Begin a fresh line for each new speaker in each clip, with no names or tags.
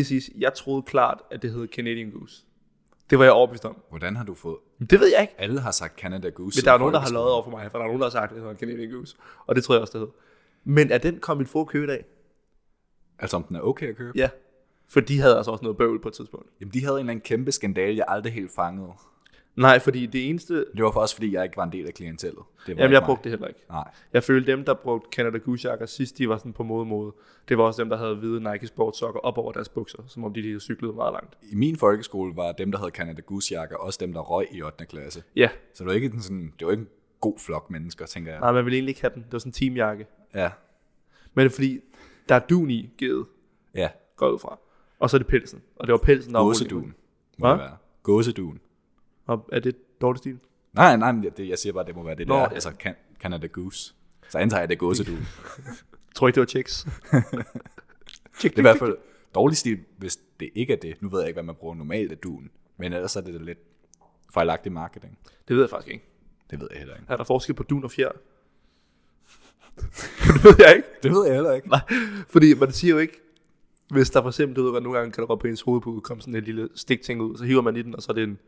lige siges, jeg troede klart, at det hed Canadian Goose. Det var jeg overbevist om.
Hvordan har du fået...
Men det ved jeg ikke.
Alle har sagt Canada Goose.
Men der er nogen, der har løjet over for mig, for der er nogen, der har sagt, at det hedder Canadian Goose. Og det tror jeg også, det hed. Men er den kom min få købe i dag?
Altså om den er okay at købe?
Ja. For de havde altså også noget bøvl på et tidspunkt.
Jamen, de havde en eller anden kæmpe skandale, jeg aldrig helt fangede.
Nej, fordi det eneste...
Det var for også, fordi jeg ikke var en del af klientellet. Det var
Jamen,
ikke
jeg
mig.
brugte det heller ikke.
Nej.
Jeg følte dem, der brugte Canada Goose jakker sidst, de var sådan på modemode. Det var også dem, der havde hvide Nike sportssokker op over deres bukser, som om de lige havde cyklet meget langt.
I min folkeskole var dem, der havde Canada Goose jakker, også dem, der røg i 8. klasse.
Ja,
Så det var ikke, en sådan, det var ikke en god flok mennesker, tænker jeg.
nej, man ville egentlig ikke have den. Det var sådan en teamjakke.
Ja.
Men det er fordi, der er dun i givet,
Ja.
går jeg ud fra. Og så er det pelsen. Og det var pelsen, der var
Gåseduen. må
Hvad?
det være. Gåseduen.
problemet. Og er det dårlig stil?
Nej, nej, men det, jeg siger bare, det må være det
Nå,
der.
ja.
Altså, Can- Canada Goose. Så antager jeg, det er gåseduen.
Jeg tror ikke, det var checks.
Det er i hvert fald dårlig stil, hvis det ikke er det. Nu ved jeg ikke, hvad man bruger normalt af duen. Men ellers er det da lidt fejlagtig marketing.
Det ved jeg faktisk ikke.
Det ved jeg heller ikke.
Er der forskel på dun og fjer? det ved jeg ikke.
Det ved jeg heller ikke.
Nej, fordi man siger jo ikke, hvis der for eksempel, du ved godt, nogle gange kan der godt på ens hovedpude komme sådan en lille stikting ud, så hiver man i den, og så er det en,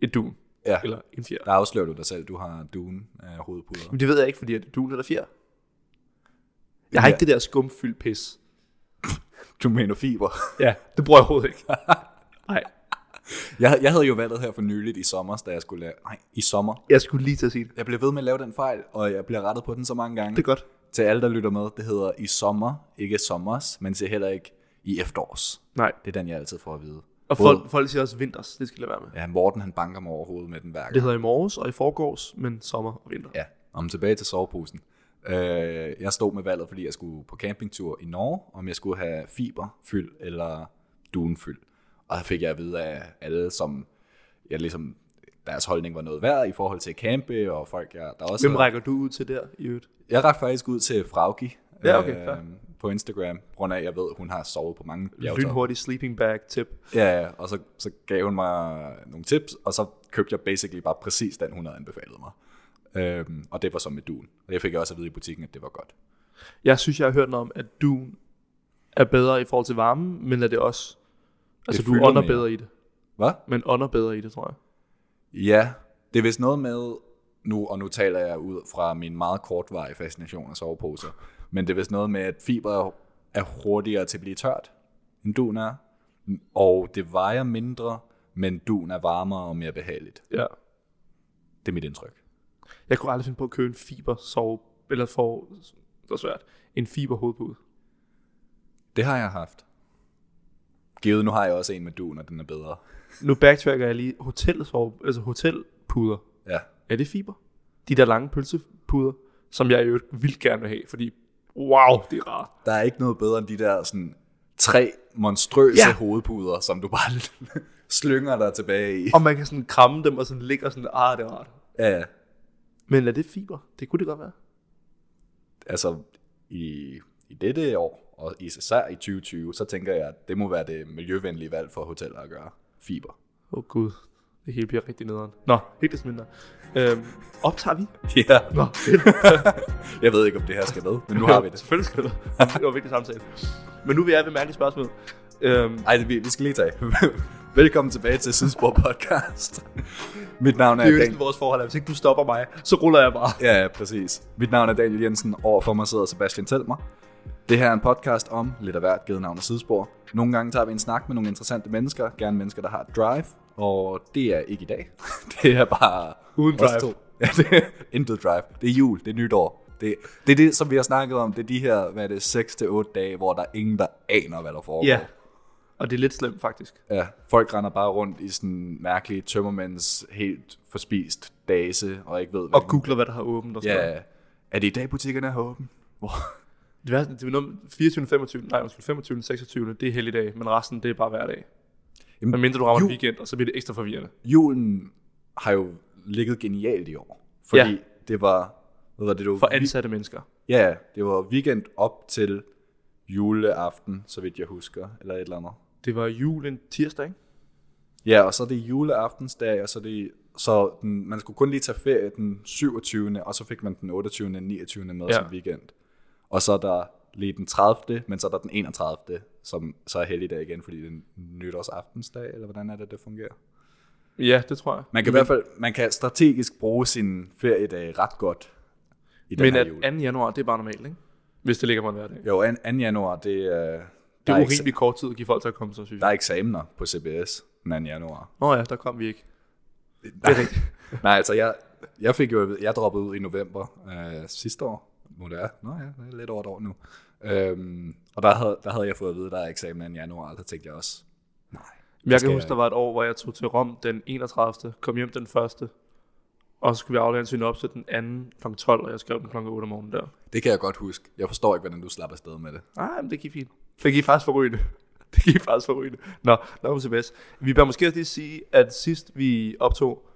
et dun,
Ja,
eller en fjer.
der afslører du dig selv. Du har duen af hovedpuder.
Men det ved jeg ikke, fordi er det dun eller fjer? Jeg har
Ja.
ikke det der skumfyldt pis.
Du mener fiber.
Ja, det bruger jeg overhovedet ikke. Nej,
Jeg, jeg havde jo valget her for nyligt i sommer, da jeg skulle lave... Nej, i sommer.
jeg skulle lige til at sige det.
Jeg blev ved med at lave den fejl, og jeg bliver rettet på den så mange gange.
Det er godt.
Til alle, der lytter med, det hedder i sommer, ikke sommers, men siger heller ikke i efterårs.
Nej.
Det er den, jeg altid får at vide.
Og
Både-
folk, folk siger også vinters, det skal jeg lade være med.
Ja, Morten han banker mig over hovedet med den hver gang.
Det hedder i morges og i forgårs, men sommer og vinter.
Ja, om tilbage til soveposen. Øh, jeg stod med valget, fordi jeg skulle på campingtur i Norge, om jeg skulle have fiberfyld eller dunfyld. Og der fik jeg at vide af alle, som jeg ligesom, deres holdning var noget værd i forhold til campe og folk, jeg, der også...
Hvem rækker du ud til der i øvrigt?
Jeg rækker faktisk ud til Frauki
Ja, okay, fair.
på Instagram, på grund af, at jeg ved, hun har sovet på mange bjergtoppe.
Lynhurtig sleeping bag tip.
Ja, ja, og så, så gav hun mig nogle tips, og så købte jeg basically bare præcis den, hun havde anbefalet mig. Øhm, og det var så med duen. Og det fik jeg også at vide i butikken, at det var godt.
Jeg synes, jeg har hørt noget om, at duen er bedre i forhold til varmen, men er det også... Altså, du
fylder
ånder
mere.
bedre i det.
Hvad?
Men ånder bedre i det, tror jeg.
Ja, det er vist noget med, nu, og nu taler jeg ud fra min meget kortvarige fascination af soveposer, men det er vist noget med, at fiber er hurtigere til at blive tørt, end duen er. Og det vejer mindre, men duen er varmere og mere behageligt.
Ja.
Det er mit indtryk.
Jeg kunne aldrig finde på at købe en fiber sove, eller for, det var svært, en fiber hovedpude.
Det har jeg haft. Givet, nu har jeg også en med duen, og den er bedre.
Nu backtracker jeg lige hotel sove, altså hotelpuder.
Ja.
Er det fiber? De der lange pølsepuder, som jeg i øvrigt vildt gerne vil have, fordi wow, det er rart.
Der er ikke noget bedre end de der sådan, tre monstrøse
Ja.
ja. hovedpuder, som du bare slynger dig tilbage i.
Og man kan sådan kramme dem og sådan ligge og sådan, ah, det er rart.
Ja, ja.
Men er det fiber? Det kunne det godt være.
altså i, i dette år, og især i 2020, så tænker jeg, at det må være det miljøvenlige valg for hoteller at gøre. Fiber.
Åh oh, gud, det hele bliver rigtig nederen. Nå, helt desto mindre. Øhm, optager vi?
Ja.
Nå, fedt.
Jeg ved ikke, om det her skal med, men nu har vi det.
Selvfølgelig skal det. Det var en vigtig samtale. Men nu vil jeg ved mærkelige spørgsmål. Øhm,
Ej, det, vi, vi skal lige tage. Velkommen tilbage til Sidespor Podcast. Mit navn er
det er jo
Dan-
næsten vores forhold, at hvis ikke du stopper mig, så ruller jeg bare.
Ja, ja, præcis. Mit navn er Daniel Jensen, overfor mig sidder Sebastian Telmer. Det her er en podcast om lidt af hvert givet navn og sidespor. Nogle gange tager vi en snak med nogle interessante mennesker, gerne mennesker, der har et drive, og det er ikke i dag. Det er bare...
Uden
os
drive.
to. Ja, det er intet drive. Det er jul, det er nytår. Det, det er det, som vi har snakket om. Det er de her, hvad er det, 6-8 dage, hvor der er ingen, der aner, hvad der foregår.
Ja. Og det er lidt slemt, faktisk.
Ja, folk render bare rundt i sådan mærkelige tømmermænds helt forspist dase, og ikke ved, hvad
Og
de-
googler, hvad der har åbent og sådan noget.
Ja, er det i dag, butikkerne er åbne? Hvor?
Det værste, det er noget, 24. 25. Nej, undskyld, 25. 26. Det er helligdag, men resten, det er bare hverdag.
Jamen,
Men mindre du rammer en
jul-
weekend, og så bliver det ekstra forvirrende.
Julen har jo ligget genialt i år, fordi
Ja.
ja. det var... Hvad var det, det var,
For ansatte mennesker.
Ja, det var weekend op til juleaften, så vidt jeg husker, eller et eller andet.
Det var jul en tirsdag, ikke?
Ja, og så er det juleaftensdag, og så er det... Så den, man skulle kun lige tage ferie den 27. og så fik man den 28. og 29. med
Ja.
ja. som weekend. Og så er der lige den 30., men så er der den 31., som så er helligdag igen, fordi det er nytårsaftensdag, eller hvordan er det, det fungerer?
Ja, det tror jeg.
Man kan men, i hvert fald man kan strategisk bruge sin feriedag ret godt i den
Men
her
at
jul.
2. januar, det er bare normalt, ikke? Hvis det ligger på en hverdag.
Jo, 2. januar, det, øh,
Det
der,
er
er eksa-
urimelig kort tid at give folk til at komme, så synes
der
jeg.
er eksamener på CBS den 2. januar.
Nå ja, der kom vi ikke.
Nej, Nej altså jeg, jeg fik jo, jeg droppede ud i november øh, sidste år, må det er. Nå ja, det er lidt over et år nu. Øhm, og der havde, der havde jeg fået at vide, der er eksamen i januar, og der tænkte jeg også,
Jeg
skal
kan
jeg
huske, der var et år, hvor jeg tog til Rom den 31., kom hjem den 1., og så skulle vi aflevere en synopse den 2. kl. 12, og jeg skrev den kl. 8 om morgenen der.
det kan jeg godt huske. Jeg forstår ikke, hvordan du slapper afsted med det.
Nej, men det gik fint. Det gik faktisk forrygende. Det gik faktisk forrygende. Nå, nok om CBS. Vi bør måske også lige sige, at sidst vi optog,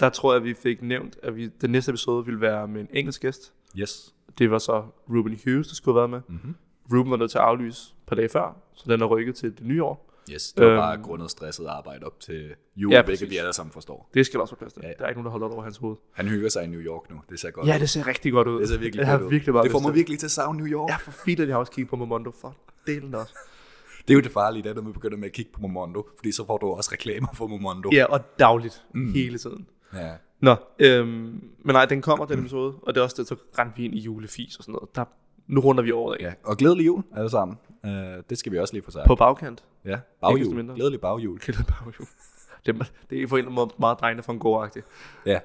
der tror jeg, vi fik nævnt, at vi, den næste episode ville være med en engelsk gæst.
Yes.
Det var så Ruben Hughes, der skulle have været med.
Mhm.
Mm-hmm. Ruben var nødt til at aflyse et par dage før, så den er rykket til det nye år.
Yes, det var
Øhm.
øhm, bare grundet stresset arbejde op til jul,
Ja,
ja, hvilket
præcis.
vi alle sammen forstår.
Det skal der også være plads til. Ja,
Ja,
ja.
ja.
Der er ikke nogen, der holder over hans hoved.
Han hygger sig i New York nu, det ser godt
Ja,
ud.
det ser rigtig godt ud.
det ser virkelig
jeg har
godt ud.
virkelig meget
det får
lyst
mig
til
virkelig til at savne New York.
Jeg for fint, at jeg har også kigget på Momondo. For delen også.
Det er jo det farlige, det er, når man begynder med at kigge på Momondo, fordi så får du også reklamer for Momondo.
Ja, og dagligt. Mm. Hele tiden.
Ja.
Nå, øhm, men nej, den kommer, den episode, og det er også det, så rendte vi ind i julefis og sådan noget. Der, nu runder vi året af.
ja. Og glædelig jul alle sammen. Uh, det skal vi også lige få sagt.
På bagkant.
Ja,
Ikke desto mindre.
baghjul. Glædelig baghjul.
Kælder baghjul. Det, er- det er for en eller anden måde meget drengene for en god agtig.
Ja.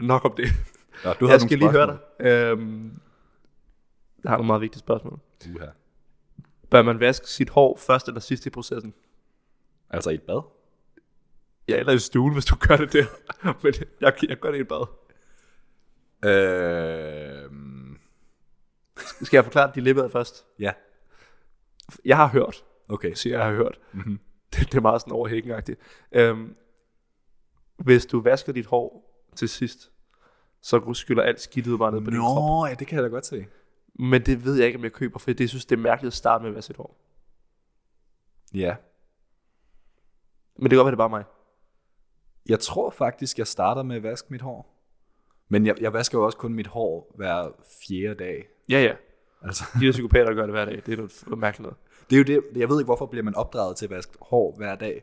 Nok om det.
Nå, du
Jeg skal lige høre dig. Øhm, jeg har nogle meget vigtige spørgsmål.
Du her.
Bør man vaske sit hår først eller sidst i processen?
Altså i et bad?
Ja, eller i stuen, hvis du gør det der. men jeg, jeg gør det i et bad.
Øh,
Skal jeg forklare dilemmaet først?
ja.
Jeg har hørt,
Okay.
siger jeg har hørt. Mm-hmm. Det, det er meget sådan overhængagtigt. Øhm, hvis du vasker dit hår til sidst, så skyller alt skidtet bare ned på din krop.
Nå, ja, det kan jeg da godt se.
Men det ved jeg ikke, om jeg køber, for det jeg synes det er mærkeligt at starte med at vaske sit hår.
Ja.
Men det kan godt være, det er bare mig.
Jeg tror faktisk, jeg starter med at vaske mit hår. Men jeg, jeg vasker jo også kun mit hår hver fjerde dag.
Ja, ja.
Altså,
De der psykopater, der gør det hver dag, det er noget noget mærkeligt noget.
det er jo det. Jeg ved ikke, hvorfor bliver man opdraget til at vaske hår hver dag.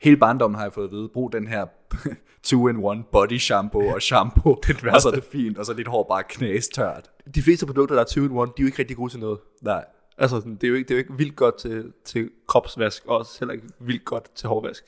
Hele barndommen har jeg fået at vide, brug den her 2-in-1 body shampoo og shampoo, det og så er det fint, og så er dit hår bare knæstørt.
De fleste produkter, der er 20 in 1, de er jo ikke rigtig gode til noget.
Nej.
Altså, sådan, det er jo ikke, det er jo ikke vildt godt til, til kropsvask, og også heller ikke vildt godt til hårvask.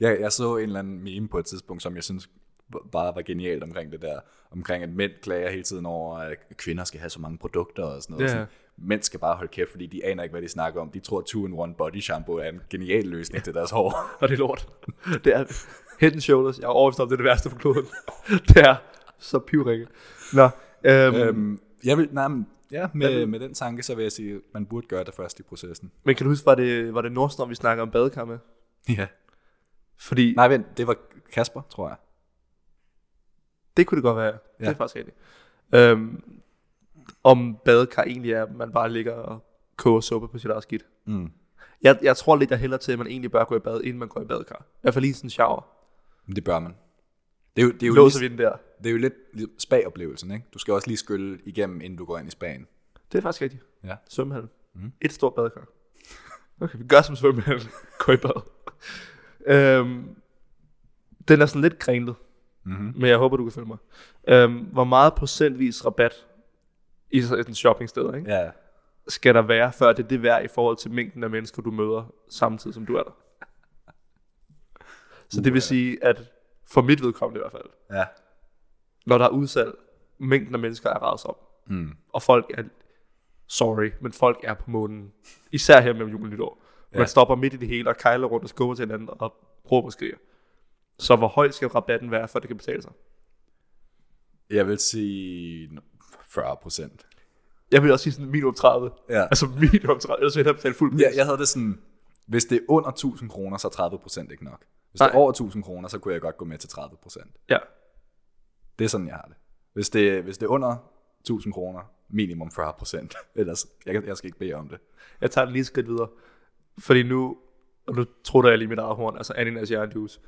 Jeg, jeg så en eller anden meme på et tidspunkt, som jeg synes b- bare var genialt omkring det der. Omkring, at mænd klager hele tiden over, at kvinder skal have så mange produkter og sådan noget.
Ja.
Sådan, mænd skal bare holde kæft, fordi de aner ikke, hvad de snakker om. De tror, at 2-in-1 body shampoo er en genial løsning til deres hår.
Og det er lort. Det er head and shoulders. Jeg er overbevist om, det er det værste på kloden. det er så pivringe. Nå, øhm, øhm.
øhm, jeg vil, nej, men, ja, med, med den tanke, så vil jeg sige, at man burde gøre det først i processen.
men kan du huske, var det, var det Nordstrøm, vi snakker om badekar med?
Ja.
Fordi Nej.
Nej, vent, det var Kasper, tror jeg.
det kunne det godt være. Ja. Det
Ja.
er faktisk rigtigt. Øhm, om badekar egentlig er, at man bare ligger og koger suppe på sit eget skidt.
Mm.
Jeg, jeg tror lidt, jeg hælder til, at man egentlig bør gå i bad, inden man går i badekar. I hvert fald lige sådan en shower.
Men det bør man. Det er jo, det er jo,
Låser
lige,
vi den der.
det er jo lidt lidt spa-oplevelsen, ikke? Du skal også lige skylle igennem, inden du går ind i spagen.
Det er faktisk rigtigt.
Ja.
Svømmehallen. Mm. Et stort badekar. Okay, vi gør som svømmehallen. Gå i bad. øhm, den er sådan lidt kringlet, mm-hmm. men jeg håber, du kan følge mig. Øhm, hvor meget procentvis rabat i sådan et shoppingsted ikke?
Ja.
skal der være, før det er det værd i forhold til mængden af mennesker, du møder samtidig, som du er der? Så det vil sige, at for mit vedkommende i hvert fald,
Ja.
når der er udsalg, mængden af mennesker er ravet op.
Mm.
Og folk er, sorry, men folk er på månen. Især her mellem jul og nytår. Man
Ja.
stopper midt i det hele og kejler rundt og skubber til hinanden og råber og skriger. Så hvor høj skal rabatten være, for det kan betale sig?
Jeg vil sige 40 procent.
Jeg vil også sige sådan minimum 30.
Ja.
Altså minimum 30, ellers vil jeg hellere betale fuld pris.
Jeg, jeg havde det sådan, hvis det er under 1000 kroner, så er 30 procent ikke nok. Hvis det
Nej.
er over 1000 kroner, så kunne jeg godt gå med til 30 procent.
ja.
Det er sådan, jeg har det. Hvis det, hvis det er under 1000 kroner, minimum 40 procent. Ellers, jeg, kan- jeg skal ikke bede om det.
Jeg tager den lige et skridt videre. Fordi nu, og nu tror jeg lige mit eget horn, altså ananas jernjuice.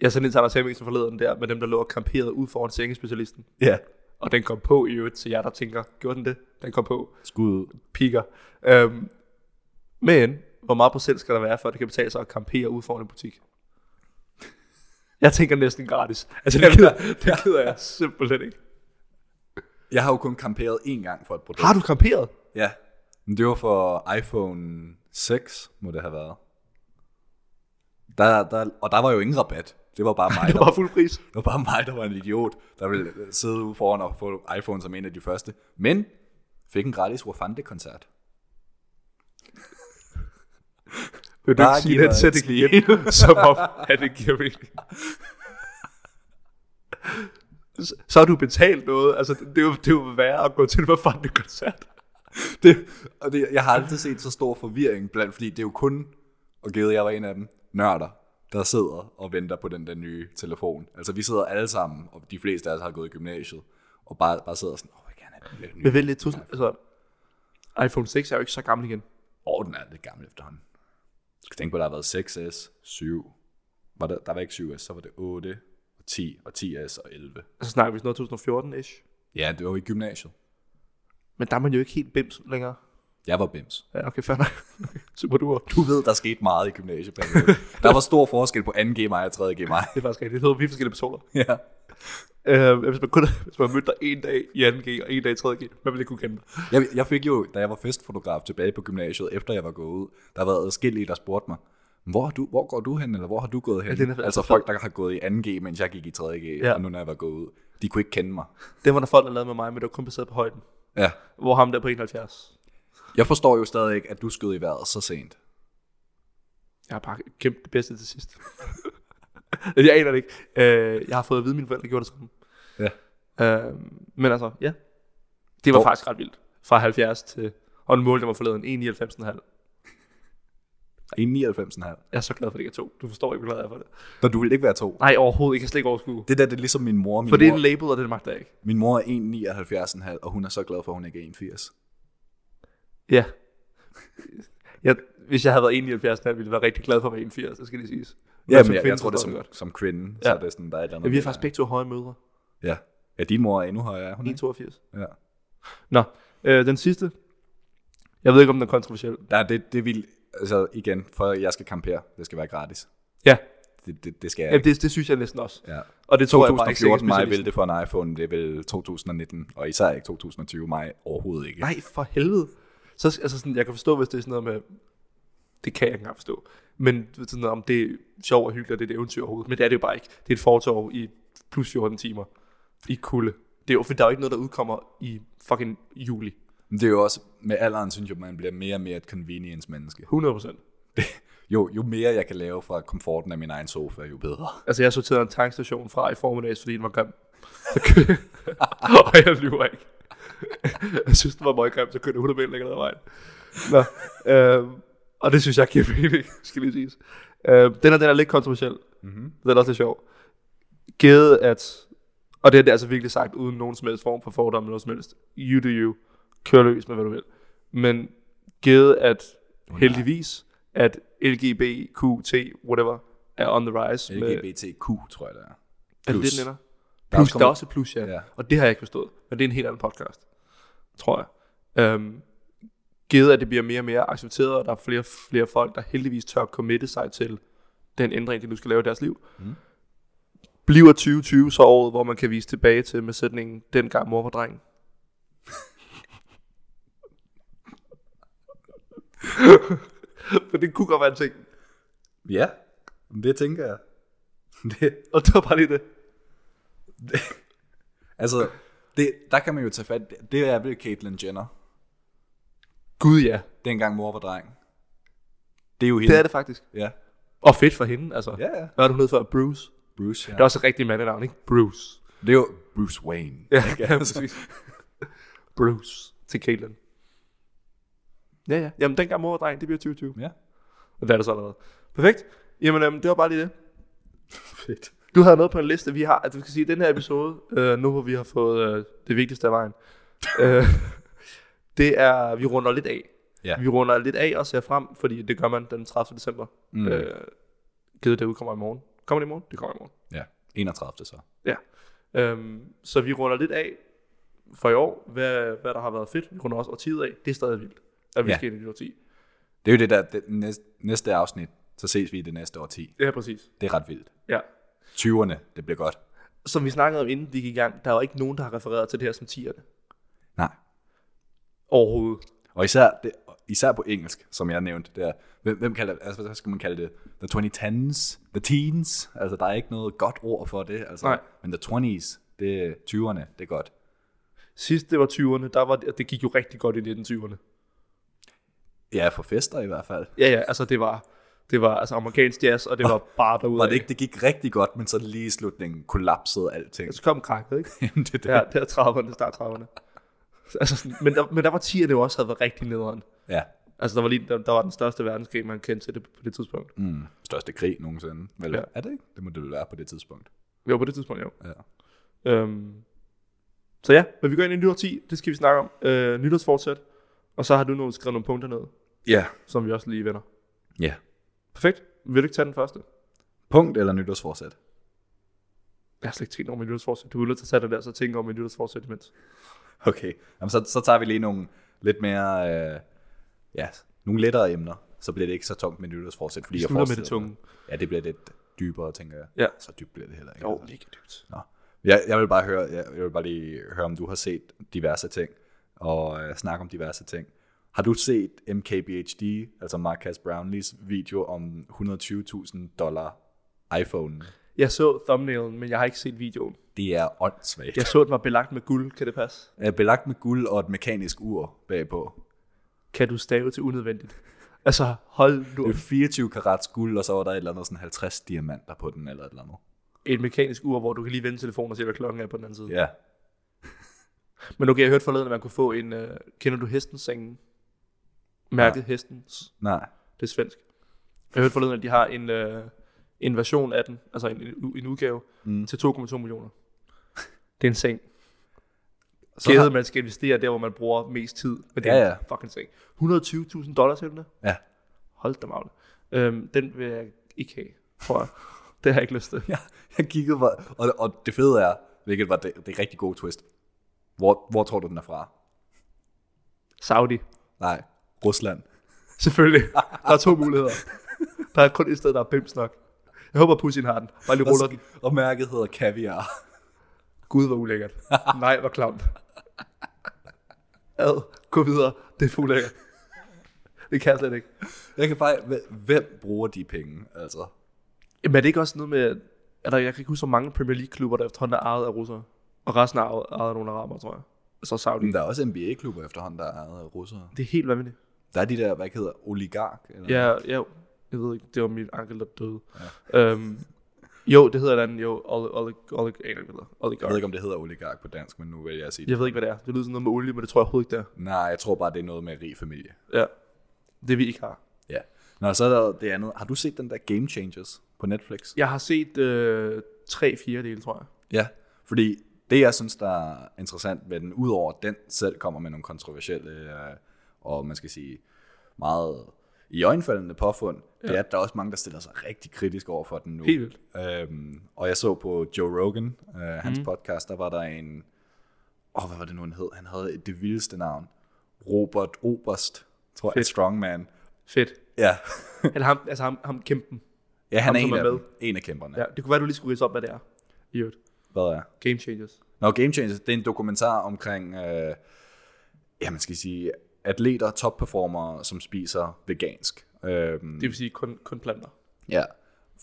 Jeg sendte ind til Anders Hemmingsen forleden der, med dem, der lå og kamperede ud foran sengespecialisten.
Ja.
og den kom på i øvrigt til jer, der tænker, gjorde den det? Den kom på.
Skud.
piker. Øhm, men, hvor meget procent skal der være, for at det kan betale sig at kampere ud foran en butik? Jeg tænker næsten gratis. Altså, det gider, det gider jeg simpelthen ikke.
Jeg har jo kun kamperet én gang for et produkt.
Har du kamperet?
Ja. Men det var for iPhone 6, må det have været. Der, der, og der var jo ingen rabat. Det var bare mig,
Det
der,
var fuld pris.
det var bare mig, der var en idiot, der ville sidde ude foran og få iPhone som en af de første. Men fik en gratis Wafande-koncert.
Vil du
Bare
ikke sige
giv
den
mig et
sætning igen, som om, at det giver mening? Så- Så har du betalt noget. Altså, det, det, er jo, det er jo værre at gå til en forfandelig koncert.
Det, og det, jeg har aldrig set så stor forvirring blandt, fordi det er jo kun, og givet jeg var en af dem, nørder, der sidder og venter på den der nye telefon. Altså vi sidder alle sammen, og de fleste af os har gået i gymnasiet, og bare, bare sidder sådan, åh, jeg vil gerne have den der nye.
Men vent lidt, tusind. Altså, iPhone 6 er jo ikke så gammel igen.
Åh, den er lidt gammel efterhånden. Du skal tænke på, at der har været 6S, 7. Var der, der var ikke 7S, så var det 8, og 10, og 10S og 11.
Så Altså, snakker vi sådan noget 2014-ish.
Ja, det var jo i gymnasiet.
Men der er man jo ikke helt bims længere.
Jeg var bims.
Ja, okay, fair nok. Super duer.
Du ved, der skete meget i gymnasieperioden. der var stor forskel på 2G mig og 3G mig.
Det er faktisk rigtigt. Det hedder vi forskellige personer.
ja.
Øh, hvis man kun hvis man mødte dig en dag i 2G og en dag i 3G, man ville ikke kunne kende dig.
Jeg, jeg fik jo, da jeg var festfotograf tilbage på gymnasiet, efter jeg var gået ud, der har været adskillige, der spurgte mig, hvor, har du, hvor går du hen, eller hvor har du gået hen?
Ja, den er
Ja,
altså
altså
fed.
folk, der har gået i 2G, mens jeg gik i 3G, ja. og nu når jeg var gået ud, de kunne ikke kende mig.
Det var der folk, der lavede med mig, men det var kun baseret på højden.
Ja.
Hvor ham der på 71.
Jeg forstår jo stadig ikke, at du skød i vejret så sent.
Jeg har bare kæmpet det bedste til sidst. jeg aner det ikke. Øh, jeg har fået at vide, at mine forældre gjorde det sådan.
Ja.
Øh, men altså, ja. Det var
Hvor-
faktisk ret vildt. Fra 70 til... Og en mål, der var forleden 1,99,5.
I 99,5.
Jeg er så glad for, at det ikke er to. Du forstår ikke, hvor glad jeg er for det.
Når du ville ikke være to.
Nej, overhovedet ikke. Jeg kan slet ikke overskue.
Det der, det er ligesom min mor. Min,
For det er
mor,
en label, og det magter jeg ikke.
min mor er 1,79,5, og hun er så glad for, at hun ikke er 81.
Ja. Jeg, hvis jeg havde været 71, så ville jeg være rigtig glad for at være 81, det skal lige siges.
Ja, men
som
Altså, jeg,
kvinde
jeg, tror det er
forstår
som,
jeg
som kvinde,
Ja.
ja. så er det sådan, der er et eller andet.
Ja, vi er
der-
faktisk begge to høje mødre.
Ja. ja, din mor er endnu højere, er hun ikke?
1,82.
Ja.
Nå, øh, den sidste. Jeg ved ikke, om den er kontroversiel.
Der er det, det vil, altså igen, for at jeg skal kampere, det skal være gratis.
Ja,
Det, det, det skal jeg
ja
ikke.
det, det synes jeg næsten også.
Ja.
Og det tror jeg bare ikke
2014 mig
specialisten-
vil det for en iPhone, det vil 2019, og især ikke 2020 mig overhovedet ikke.
Nej, for helvede. Så, skal- altså sådan, jeg kan forstå, hvis det er sådan noget med... Det kan jeg ikke engang forstå. Men du ved, sådan noget, om det er sjovt og hyggeligt, og det er et eventyr overhovedet. Men det er det jo bare ikke. Det er et fortorv i plus 14 timer. I kulde. Det er jo, for der er jo ikke noget, der udkommer i fucking juli.
Men det er jo også, med alderen synes jeg, man bliver mere og mere et convenience menneske.
100 procent.
Jo, jo mere jeg kan lave fra komforten af min egen sofa, jo bedre.
Altså, jeg sorterede en tankstation fra i formiddags, fordi den var grim. Så kø- og jeg lyver ikke. jeg synes, den var meget grim, så kørte jeg 100 meter længere ned ad vejen. Nå, øh, og det synes jeg giver mening, skal lige siges. Øh, den her, den er lidt kontroversiel. Mm-hmm. Den er også lidt sjov. Givet at, og det er det altså virkelig sagt, uden nogen som helst form for fordomme eller noget som helst. You do you. Kør løs med, hvad du vil. Men givet at, heldigvis, at LGBTQT, whatever, er on the rise. med-
LGBTQ, tror jeg, det er.
er det
Plus.
det, den ender?
Der er
Plus,
også
der er
kommet-
også et plus, ja. ja.
Ja.
Og det har jeg ikke forstået. Men det er en helt anden podcast, tror jeg. Øhm, givet at det bliver mere og mere accepteret, og der er flere og flere folk, der heldigvis tør at committe sig til den ændring, de nu skal lave i deres liv. Mm. Bliver 2020 så året, hvor man kan vise tilbage til med sætningen, dengang mor var dreng? For det kunne godt være en ting.
Ja, det tænker jeg. Det,
Og det var bare lige det.
altså, det, der kan man jo tage fat. Det, det er vel Caitlyn Jenner,
Gud ja.
dengang mor var dreng. Det er jo hende.
Det er det faktisk.
Ja,
Og fedt for hende, altså.
ja, ja.
Hvad er du nede for? Bruce?
Bruce, ja.
Det er også et rigtigt mandenavn, ikke? Bruce.
Det er jo Bruce Wayne.
Ja, ja præcis. Bruce til Caitlyn. Ja, ja. Jamen, dengang mor var dreng, det bliver 2020.
ja.
Og det er det så allerede. Perfekt. Jamen, øhm, det var bare lige det.
Fedt.
Du havde noget på en liste, vi har, altså vi skal sige, den her episode, øh, nu hvor vi har fået øh, det vigtigste af vejen, øh, det er, vi runder lidt af.
Ja.
Vi runder lidt af og ser frem, fordi det gør man den 30. december. Mm. Øh, givet det udkommer i morgen. Kommer det i morgen? Det kommer i morgen.
Ja, 31. så.
Ja. Øhm, så vi runder lidt af for i år, hvad, hvad der har været fedt, vi runder også årtiet af, det er stadig vildt, at vi
Ja.
ja. skal ind i det årti.
Det er jo det der det næste, næste afsnit, så ses vi i det næste årti.
Ja, præcis.
Det er ret vildt.
Ja.
20'erne, det bliver godt.
Som vi snakkede om, inden vi gik i gang, der er jo ikke nogen, der har refereret til det her som 10'erne
Nej.
overhovedet.
Og især, det, især på engelsk, som jeg nævnte der. Hvem, hvem kalder, altså, hvad skal man kalde det? The 2010s? The teens? Altså, der er ikke noget godt ord for det. Altså.
Nej.
Men the 20s, det er 20'erne, det er godt.
Sidst det var 20'erne, der var, det det gik jo rigtig godt i 1920'erne.
Ja, for fester i hvert fald.
Ja, ja, altså det var, det var altså amerikansk jazz, og det var bare derude.
Var det ikke, det gik rigtig godt, men så lige i slutningen kollapsede alting.
Så kom krakket, ikke?
Jamen, det, er det.
Ja, det er 30'erne, start 30'erne. Altså, sådan- men, der, men der var 10'erne jo også havde været rigtig nederen.
ja.
Altså, der var, lige, der, der var den største verdenskrig, man kendte til det på det tidspunkt.
Mm. Største krig nogensinde. Vel, ja.
Ja.
Er det ikke? Det må det vel være på det tidspunkt.
Jo, på det tidspunkt, jo.
Ja.
Øhm, så ja, men vi går ind i nytår 10, det skal vi snakke om. Øh, nytårsfortsæt. Og så har du nu skrevet nogle punkter ned,
Ja.
som vi også lige vender.
ja.
Perfekt. Vil du ikke tage den første?
Punkt eller nytårsforsæt?
Jeg har slet ikke tænkt over min nytårsfortsæt. Du er nødt til at tage det der, så tænke over min nytårsfortsæt imens.
Okay. Jamen, så, så tager vi lige nogle lidt mere... Øh, ja, nogle lettere emner. Så bliver det ikke så tungt med nytårsforsæt. Fordi
Vi
jeg
slutter med det
forestiller mig-
tunge.
Ja, det bliver lidt dybere, tænker jeg.
Ja.
Så dybt bliver det heller ikke.
Jo,
altså.
mega dybt.
Nå. Jeg, jeg vil bare høre, jeg, jeg vil bare lige høre, om du har set diverse ting, og øh, snakke om diverse ting. Har du set MKBHD, altså Marcus Brownlees video om 120.000 dollar iPhone?
Jeg så thumbnailen, men jeg har ikke set videoen.
Det er åndssvagt.
Jeg så, den var belagt med guld. Kan det passe?
Jeg er belagt med guld og et mekanisk ur bagpå.
Kan du stave til unødvendigt? Altså, hold nu
Det er 24 karats guld, og så var der et eller andet sådan 50 diamanter på den, eller et eller andet.
et mekanisk ur, hvor du kan lige vende telefonen og se, hvad klokken er på den anden side.
Ja.
Men okay, jeg hørte forleden, at man kunne få en... Øh, kender du hestens sengen? Mærket ja. hestens.
Nej.
Det er svensk. Jeg hørte forleden, at de har en, øh, en version af den, altså en, en u- en udgave,
Mm.
mm. til 2,2 millioner. Det er en seng.
Så
Gævet,
har-
man skal investere der, hvor man bruger mest tid. Men det er
Ja,
ja, ja. en fucking seng. 120.000 dollars, hørte du det?
Ja.
Hold da magle. Øhm, den vil jeg ikke have, tror jeg. Det har jeg ikke lyst til.
jeg, jeg kiggede på, og, og det fede er, hvilket var det, det rigtig gode twist. Hvor, hvor tror du, den er fra?
Saudi.
Nej, Rusland.
Selvfølgelig. Der er to muligheder. Der er kun et sted, der er bims nok. Jeg håber, Putin har den. Bare lige ruller den.
Og mærket hedder Kaviar.
Gud, hvor ulækkert. Nej, hvor klamt. Ad, gå videre. Det er for ulækkert. Det kan jeg slet ikke.
Jeg kan bare, hvem- hvem bruger de penge, altså?
Jamen er det ikke også noget med... Er der, jeg kan ikke huske, så mange Premier League-klubber, der efterhånden er ejet af russere. Og resten er ejet, ejet af nogle araber, tror jeg. Så Saudi.
Men der er også NBA-klubber efterhånden, der er ejet af russere.
Det er helt vanvittigt.
Der er de der, hvad hedder, oligark? Eller?
Ja, ja, jeg ved ikke, det var min ankel, der døde. Ja. Øhm, jo, det hedder den, jo, olig, olig, olig, jeg, ved ikke, hvad det hedder.
Jeg
oligark.
ved ikke, om det hedder oligark på dansk, men nu vil jeg sige det.
jeg ved ikke, hvad det er. Det lyder sådan noget med olie, men det tror jeg overhovedet ikke, det
Nej, jeg tror bare, det er noget med rig familie.
er. Ja. Det vi ikke har.
Ja. Nå, så er der det andet. Har du set den der Game Changers på Netflix?
Jeg har set øh, tre fjerdedele, tror jeg.
Ja, fordi det, jeg synes, der er interessant ved den, udover at den selv kommer med nogle kontroversielle øh, og man skal sige meget i øjenfaldende påfund, ja. det er, at der er også mange, der stiller sig rigtig kritisk over for den nu.
Helt vildt. Mhm.
Øhm, og jeg så på Joe Rogan, øh, hans mm. podcast, der var der en, åh, hvad var det nu, han hed? Han havde et- det vildeste navn. Robert Oberst, tror jeg,
Fedt.
Strongman.
Fedt.
Ja,
Eller ham, altså ham, ham kæmpen.
ja han
Ham,
er
som
en
er med.
af, dem, en af kæmperne. Ja.
Ja, det kunne være, du lige skulle rise op, hvad det er. I øvrigt.
Hvad er
Game Changers.
Nå, Game Changers, det er en dokumentar omkring, øh, ja, man skal sige, atleter, topperformere, som spiser vegansk. Øh,
Det vil sige kun, kun planter.
ja,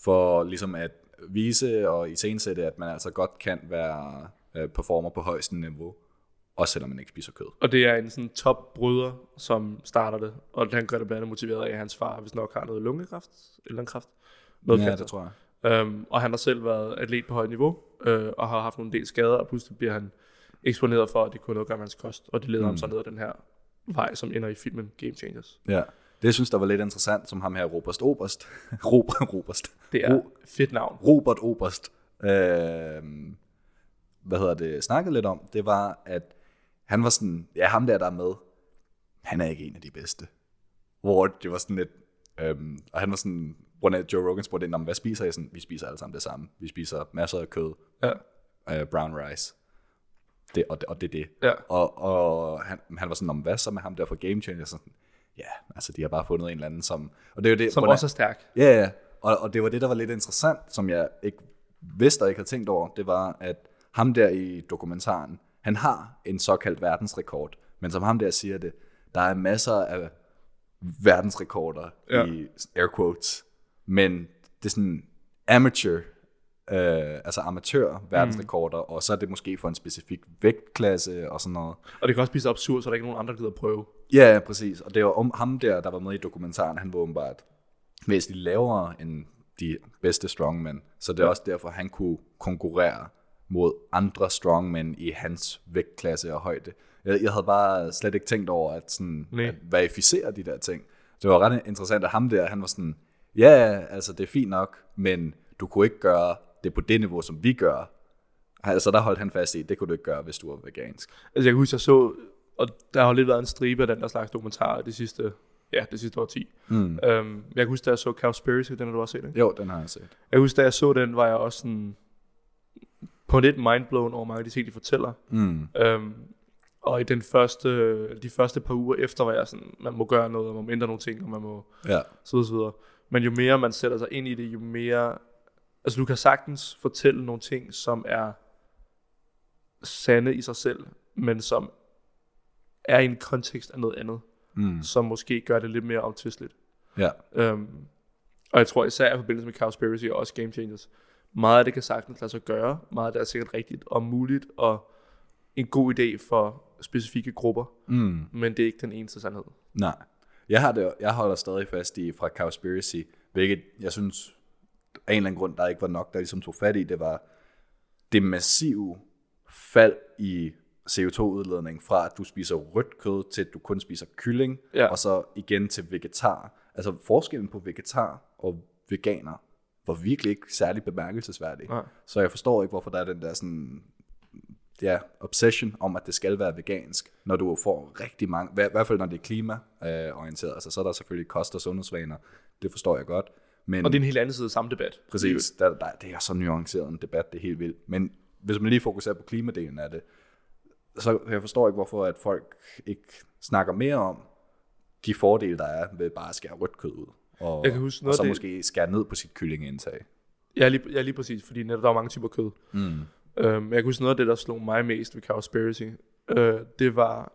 for ligesom at vise og iscenesætte, at man altså godt kan være øh, performer på højeste niveau, også selvom man ikke spiser kød.
Og det er en sådan top bryder, som starter det. Og han gør det blandt andet motiveret af, at hans far, hvis nok har noget lungekræft, eller en kræft, noget
Ja,
cancer.
det tror jeg.
Øhm, og han har selv været atlet på højt niveau, øh, og har haft en del skader, og pludselig bliver han eksponeret for, at det kun er noget at gøre med hans kost, og det leder mm. ham så ned ad den her vej, som ender i filmen Game Changers.
Ja. Det, jeg synes, der var lidt interessant, som ham her, Robert Oberst. Robert Oberst.
Det er oh. fedt navn.
Robert Oberst, øh, hvad hedder det, snakkede lidt om, det var, at han var sådan, ja, ham der, der er med, han er ikke en af de bedste. Hvor det var sådan lidt, øh, og han var sådan, hvor Joe Rogan spurgte ind om, hvad spiser I? Sådan, vi spiser alle sammen det samme. Vi spiser masser af kød,
Ja.
øh, brown rice. det, og, det, og det er det.
Ja.
Og, og han, han var sådan, om hvad så med ham der fra Game Changer? Sådan, ja, altså de har bare fundet en eller anden, som... Og det er jo det,
som
hvordan-
også er stærk.
Ja, ja. Og, og det var det, der var lidt interessant, som jeg ikke vidste og ikke havde tænkt over, det var, at ham der i dokumentaren, han har en såkaldt verdensrekord, men som ham der siger det, der er masser af verdensrekorder
Ja.
ja. i air quotes, men det er sådan amateur, øh, altså amatør verdensrekorder, mm. og så er det måske for en specifik vægtklasse og sådan noget.
Og det kan også blive så absurd, så der ikke er nogen andre, der gider at prøve.
Ja, ja, præcis. Og det var om ham der, der var med i dokumentaren, han var åbenbart væsentligt lavere end de bedste strongmen. Så det er også derfor, han kunne konkurrere mod andre strongmen i hans vægtklasse og højde. Jeg, jeg havde bare slet ikke tænkt over at, sådan,
Nej.
at verificere de der ting. Det var ret interessant, at ham der, han var sådan, ja, ja, altså det er fint nok, men du kunne ikke gøre det på det niveau, som vi gør. Altså der holdt han fast i, det kunne du ikke gøre, hvis du var vegansk.
Altså jeg kan huske, jeg så, og der har jo lidt været en stribe af den der slags dokumentarer de sidste, ja, det sidste årti. Mm. Øhm, jeg kan huske, da jeg så Cowspiracy, den har du også set, ikke?
Jo, den har jeg set.
Jeg kan huske, da jeg så den, var jeg også sådan, på lidt mindblown over mange af de ting, de fortæller.
Mm.
Øhm, og i den første, de første par uger efter, var jeg sådan, man må gøre noget, og man må ændre nogle ting, og man må
Ja.
så videre, så videre. Men jo mere man sætter sig ind i det, jo mere... Altså, du kan sagtens fortælle nogle ting, som er sande i sig selv, men som er i en kontekst af noget andet,
Mm.
som måske gør det lidt mere omtvisteligt.
Ja.
Um, og jeg tror især i forbindelse med Cowspiracy og også Game Changers, meget af det kan sagtens lade sig gøre, meget af det er sikkert rigtigt og muligt, og en god idé for specifikke grupper,
Mm.
men det er ikke den eneste sandhed.
Nej. Jeg, har det, jeg holder stadig fast i fra Cowspiracy, hvilket jeg synes, af en eller anden grund, der ikke var nok, der ligesom tog fat i, det var det massive fald i CO2-udledning fra, at du spiser rødt kød, til at du kun spiser kylling,
Ja.
og så igen til vegetar. Altså forskellen på vegetar og veganer var virkelig ikke særlig bemærkelsesværdig.
Nej.
Så jeg forstår ikke, hvorfor der er den der sådan ja, obsession om, at det skal være vegansk, når du får rigtig mange, hver- i hvert fald når det er klimaorienteret, altså så er der selvfølgelig kost og sundhedsvaner, det forstår jeg godt, men
Og det er en helt anden side af samme debat.
præcis, der, der, det er så nuanceret en debat, det er helt vildt, men hvis man lige fokuserer på klimadelen af det, så jeg forstår ikke, hvorfor at folk ikke snakker mere om de fordele, der er ved bare at skære rødt kød ud, og,
Jeg kan huske noget
og så
af det-
måske skære ned på sit kyllingeindtag.
Ja, lige, ja, lige præcis, fordi netop der er mange typer kød. Mm. Øhm, jeg kan huske noget af det, der slog mig mest ved Cowspiracy, øh, det var,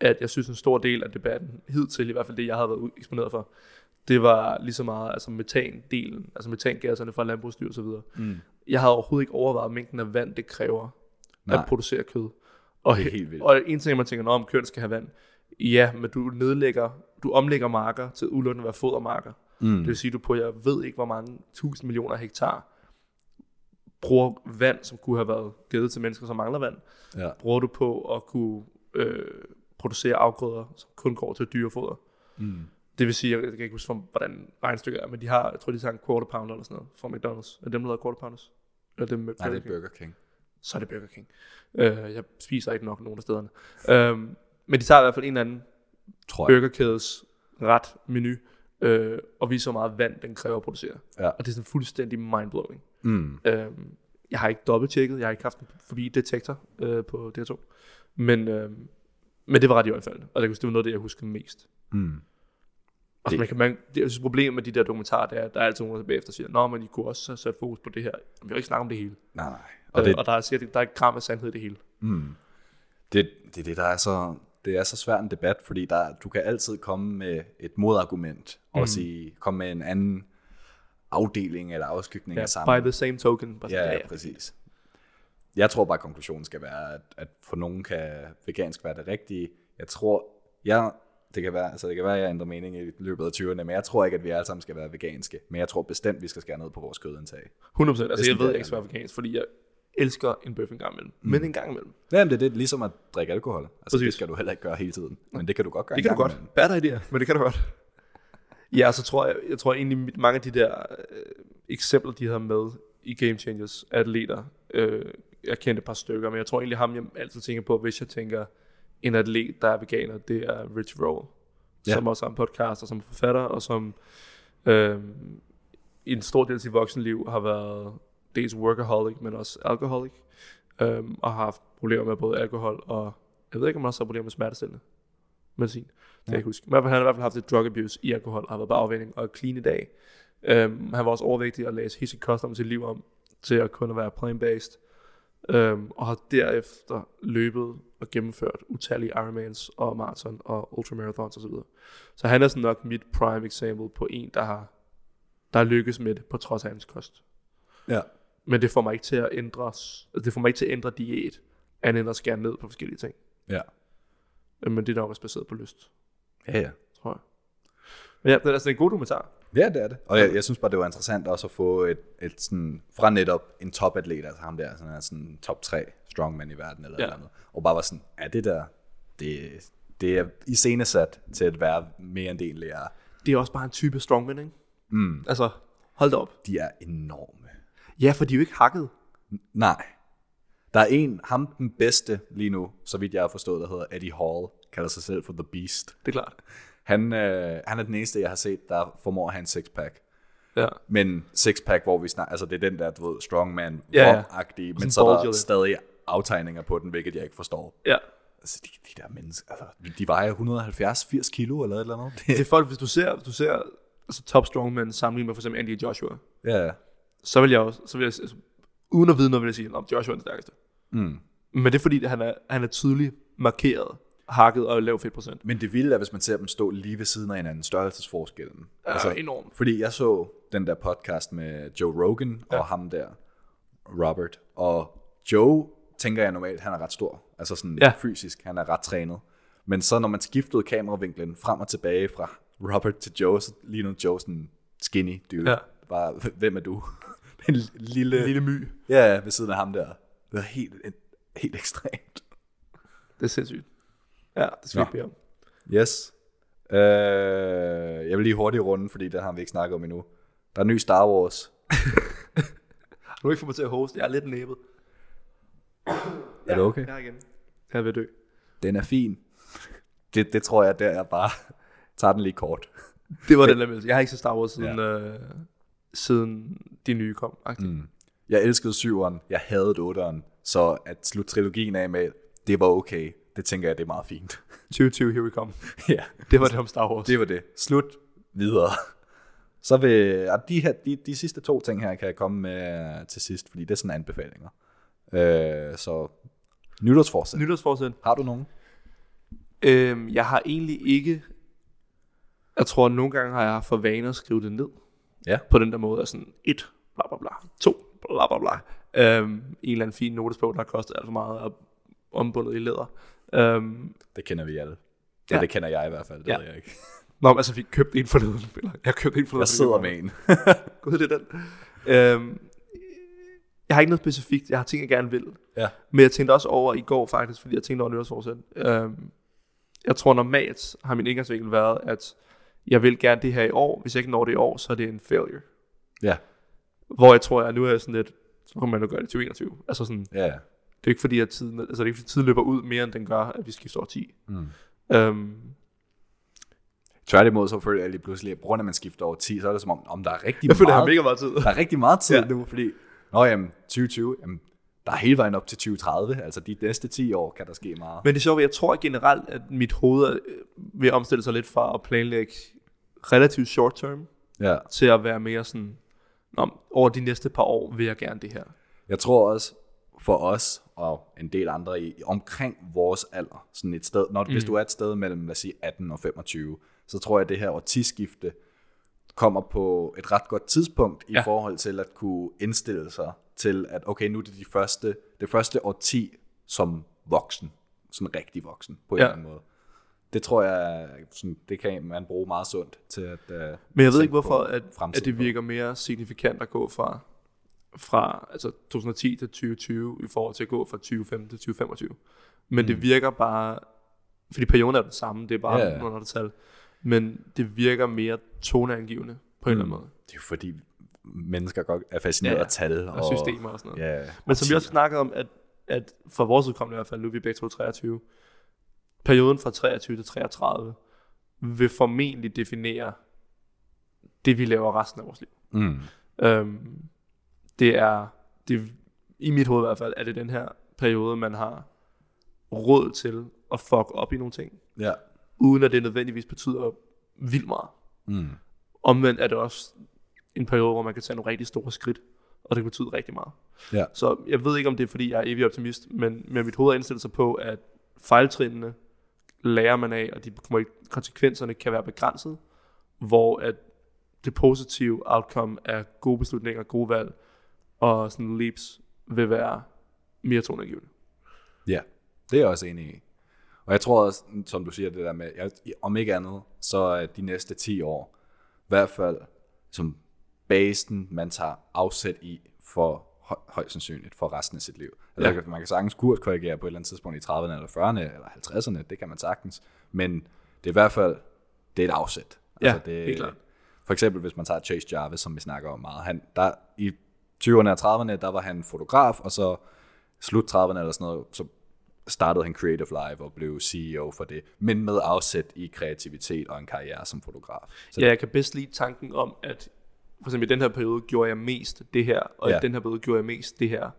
at jeg synes en stor del af debatten, hidtil i hvert fald det, jeg havde været u- eksponeret for, det var lige så meget altså metandelen, altså metangasserne fra landbrugsdyr osv. Mm. Jeg havde overhovedet ikke overvejet mængden af vand, det kræver at
Nej.
producere kød. Og,
Det er helt vildt.
og en ting, man tænker, når om køerne skal have vand, ja, men du nedlægger, du omlægger marker til udelukkende at være fodermarker. Mm. Det vil sige, du på, jeg ved ikke, hvor mange tusind millioner hektar bruger vand, som kunne have været givet til mennesker, som mangler vand,
Ja.
bruger du på at kunne øh, producere afgrøder, som kun går til dyrefoder.
Mm.
Det vil sige, jeg, jeg kan ikke huske, hvor- hvordan regnstykket er, men de har, jeg tror, de tager en quarter pounder eller sådan noget fra McDonald's. Er det dem, der hedder quarter pounders? Eller dem med
Nej,
Burger
det
King?
er Burger King.
så er det Burger King. Øh, jeg spiser ikke nok nogen af stederne. Øh, men de tager i hvert fald en eller anden
Tror jeg.
burgerkædes ret menu, øh, og viser, hvor meget vand den kræver at producere.
Ja.
Og det er sådan fuldstændig mindblowing.
Mm.
Øh, jeg har ikke dobbelttjekket, jeg har ikke haft en forbi detektor øh, på DR2. Men, øh, men det var ret i hvert fald, og jeg kan huske, det var noget af det, jeg huskede mest.
Mm.
Altså,
Det-
man kan, man, det, jeg synes, problemet med de der dokumentarer, det er, at der er altid nogen, der bagefter siger, Nå, men I kunne også have sat fokus på det her. Vi har ikke snakket om det hele.
Nej, nej.
Og, det, øh, og der, er, sikkert- der er et gram af sandhed i det hele.
det, det er det, der er så, det er så svært en debat, fordi der, du kan altid komme med et modargument, og
Mm.
sige, komme med en anden afdeling eller afskygning af
Ja,
samme.
by the same token. Bare sådan,
ja, ja, præcis. Jeg tror bare, at konklusionen skal være, at, at for nogen kan vegansk være det rigtige. Jeg tror, jeg, det kan være, altså det kan være, at jeg ændrer mening i løbet af 20'erne, men jeg tror ikke, at vi alle sammen skal være veganske. Men jeg tror bestemt, vi skal skære ned på vores kødindtag.
100%. Altså, jeg
Næsten
ved, jeg
hver
ikke skal være vegansk, fordi jeg elsker en bøf en gang imellem.
Hmm.
Mm. Men en gang imellem.
Jamen, det er det, ligesom at drikke alkohol. Altså,
Præcis.
det skal du heller ikke gøre hele tiden. Men det kan du godt gøre
Det
en
kan du
gang
godt.
imellem.
Bad idéer, men det kan du godt. Ja, og så tror jeg, jeg tror egentlig, mit- mange af de der øh, eksempler, de havde med i Game Changers, atleter, øh, jeg kendte et par stykker, men jeg tror egentlig, ham jeg altid tænker på, hvis jeg tænker en atlet, der er veganer, det er Rich Roll, ja.
Ja.
som også har en podcast, og som er forfatter, og som øh, i en stor del af sit voksenliv har været dels workaholic, men også alkoholik, øh, og har haft problemer med både alkohol og... Jeg ved ikke, om han også har problemer med smertestillende medicin. Det ja. jeg ikke huske. Men i hvert fald, han har i hvert fald haft et drug abuse i alkohol, og har været på afvænding og er clean i dag. Um, han var også overvægtig og læste hisse kost om sit liv om, til at kun at være plant-based. Um, og har derefter løbet og gennemført utallige Ironmans og maraton og ultramarathons osv. Så han er sådan nok mit prime example på en, der har der er lykkes med det, på trods af hans kost.
Ja.
Men det får mig ikke til at ændre, altså det får mig ikke til at ændre diæt, andet end at skære ned på forskellige ting.
Ja.
Øh, Men det er nok også baseret på lyst,
Ja, ja.
tror jeg. Men ja, det er altså en god dokumentar.
Ja, det er det. Og jeg, jeg synes bare, det var interessant også at få et, et sådan, fra netop en topatlet, altså ham der, sådan, er sådan top 3 strongman i verden eller
Ja.
ja. noget andet, og bare var sådan, ja, det der, det, det er iscenesat til at være mere end det egentlig er.
Det er også bare en type strongman, ikke? Mm. Altså, hold da op.
De er enorme.
Ja, for de er jo ikke hakket.
Nej. Der er en, ham den bedste lige nu, så vidt jeg har forstået, der hedder Eddie Hall, kalder sig selv for The Beast.
Det er klart.
Han, øh, han er den eneste, jeg har set, der formår at have en sixpack.
Ja.
Men sixpack, hvor vi snakker, altså det er den der, du ved, strongman
Ja, ja.
ja, agtige men
Sådan
så er der
bulge lidt.
stadig aftegninger på den, hvilket jeg ikke forstår.
Ja.
Altså, de, de der mennesker, altså, de vejer 170-80 kilo eller et eller andet.
Det er folk, hvis du ser, hvis du ser altså top strongman sammenlignet med for eksempel Andy Joshua,
ja, ja.
så vil jeg også, så vil jeg, altså, uden at vide noget, vil jeg sige, om Joshua er den stærkeste. Mm. Men det er fordi, at han er, han er tydeligt markeret, hakket og lav fedtprocent.
Men det vilde er, hvis man ser dem stå lige ved siden af hinanden, størrelsesforskellen. Altså,
Ja, enorm.
Fordi jeg så den der podcast med Joe Rogan og ham der, Robert. Og Joe, tænker jeg normalt, han er ret stor. Altså sådan
Ja.
ja. fysisk, han er ret trænet. Men så når man skiftede kameravinklen frem og tilbage fra Robert til Joe, så lignede Joe sådan skinny dude.
Ja.
Ja. Bare, hvem er du? en lille,
Lille my.
Ja, ja, ved siden af ham der. Det var helt, helt ekstremt.
Det er sindssygt. Ja, det skal vi
Nå.
ikke bede om.
Yes. Øh, jeg vil lige hurtigt runde, fordi det har vi ikke snakket om endnu. Der er en ny Star Wars.
Nu ikke få mig til at hoste, jeg er lidt næbet.
Er det okay?
Jeg er igen. Jeg vil dø.
Den er fin. Det, det tror jeg, der jeg bare tager den lige kort.
Det var den der meldelse. Jeg har ikke set Star Wars siden, ja. øh, siden de nye kom. Mm.
Jeg elskede syveren, jeg havde otteren, så at slutte trilogien af med, det var okay, det tænker jeg, det er meget fint.
2020, here we come.
ja,
Det var det om Star Wars. Det,
det var det. Slut videre. Så vil, og de, her, de, de sidste to ting her kan jeg komme med til sidst, fordi det er sådan anbefalinger. Øh, så nytårsforsæt.
Nytårsforsæt.
Har du nogen?
Øhm, jeg har egentlig ikke... Jeg tror, at nogle gange har jeg haft for vane at skrive det ned.
Ja.
På den der måde af sådan et, bla bla bla, to, bla bla bla. Øhm, en eller anden fin notesbog, der har kostet alt for meget og ombundet i læder. Øhm,
Det kender vi alle. Ja,
Ja.
ja. det kender jeg i hvert fald, det
Ja.
ja. ved jeg ikke.
nå, men altså, vi købte en forleden. Eller, jeg købte en forleden.
Jeg sidder med en.
Gud, det er den. Øhm, jeg har ikke noget specifikt. Jeg har ting, jeg gerne vil.
ja.
Men jeg tænkte også over i går faktisk, fordi jeg tænkte over nytårsforsæt. Øhm, jeg tror normalt har min indgangsvinkel været, at jeg vil gerne det her i år. Hvis jeg ikke når det i år, så er det en failure.
Ja.
Hvor jeg tror, at nu er jeg sådan lidt, så kommer man nu gøre det i 2021. Altså sådan,
ja, ja.
det er ikke fordi, at tiden, altså det er ikke fordi, tiden løber ud mere, end den gør, at vi skifter over 10. Mm. Øhm,
Tværtimod så føler jeg lige pludselig, at på grund af, at man skifter over 10, så er det som om, om der er rigtig
jeg føler, jeg har
meget,
mega meget tid.
der er rigtig meget tid
Ja.
ja. nu, fordi, nå jamen, 2020, jamen, der er hele vejen op til 2030, altså de næste 10 år kan der ske meget.
Men det er sjovt, jeg tror generelt, at mit hoved er øh, ved at omstille sig lidt fra at planlægge relativt short term,
Ja.
til at være mere sådan, Nå, men over de næste par år vil jeg gerne det her.
Jeg tror også, for os og en del andre i, omkring vores alder, sådan et sted, når, mm. hvis du er et sted mellem, lad os sige, 18 og 25, så tror jeg, at det her årtidsskifte kommer på et ret godt tidspunkt i
Ja.
ja. forhold til at kunne indstille sig til, at okay, nu er det de første, det første årti som voksen, sådan rigtig voksen på en
Ja.
ja. eller anden måde. Det tror jeg, sådan, det kan man bruge meget sundt til at... Uh,
Men jeg ved ikke, hvorfor at, at
fremtiden
det
på.
virker mere signifikant at gå fra, fra altså 2010 til 2020, i forhold til at gå fra 2015 til 2025. Men mm. det virker bare, fordi perioden er den samme, det er bare
Ja,
yeah.
ja.
nogle andre tal, men det virker mere toneangivende på en eller anden måde.
Det er jo fordi, mennesker godt er fascineret
Ja,
ja,
ja.
af tal og,
Og systemer og sådan noget.
Ja,
Men som vi også snakkede om, at, at for vores udkommende i hvert fald, nu er vi begge to 23, perioden fra 23 til 33 vil formentlig definere det, vi laver resten af vores liv.
Mm.
Øhm, det er, det, i mit hoved i hvert fald, er det den her periode, man har råd til at fuck op i nogle ting,
Ja.
uden at det nødvendigvis betyder vildt meget.
Mm.
Omvendt er det også en periode, hvor man kan tage nogle rigtig store skridt, og det kan betyde rigtig meget.
Ja.
Så jeg ved ikke, om det er, fordi jeg er evig optimist, men med mit hoved er indstillet sig på, at fejltrinene lærer man af, og de kommer ikke, konsekvenserne kan være begrænset, hvor at det positive outcome af gode beslutninger, gode valg og sådan leaps vil være mere toneangivende.
Ja, det er jeg også enig i. Og jeg tror også, som du siger det der med, jeg, om ikke andet, så er de næste 10 år, i hvert fald som basen, man tager afsæt i for høj, højst sandsynligt for resten af sit liv. Altså, ja. Man kan sagtens kurskorrigere på et eller andet tidspunkt i 30'erne eller 40'erne eller 50'erne, det kan man sagtens. Men det er i hvert fald, det er et afsæt. Altså,
Ja, helt klart.
For eksempel, hvis man tager Chase Jarvis, som vi snakker om meget. Han, der, I 20'erne og 30'erne, der var han fotograf, og så slut 30'erne eller sådan noget, så startede han Creative Live og blev CEO for det, men med afsæt i kreativitet og en karriere som fotograf. Så
Ja, jeg kan bedst lide tanken om, at for eksempel i den her periode gjorde jeg mest det her, og
Ja.
i den her periode gjorde jeg mest det her,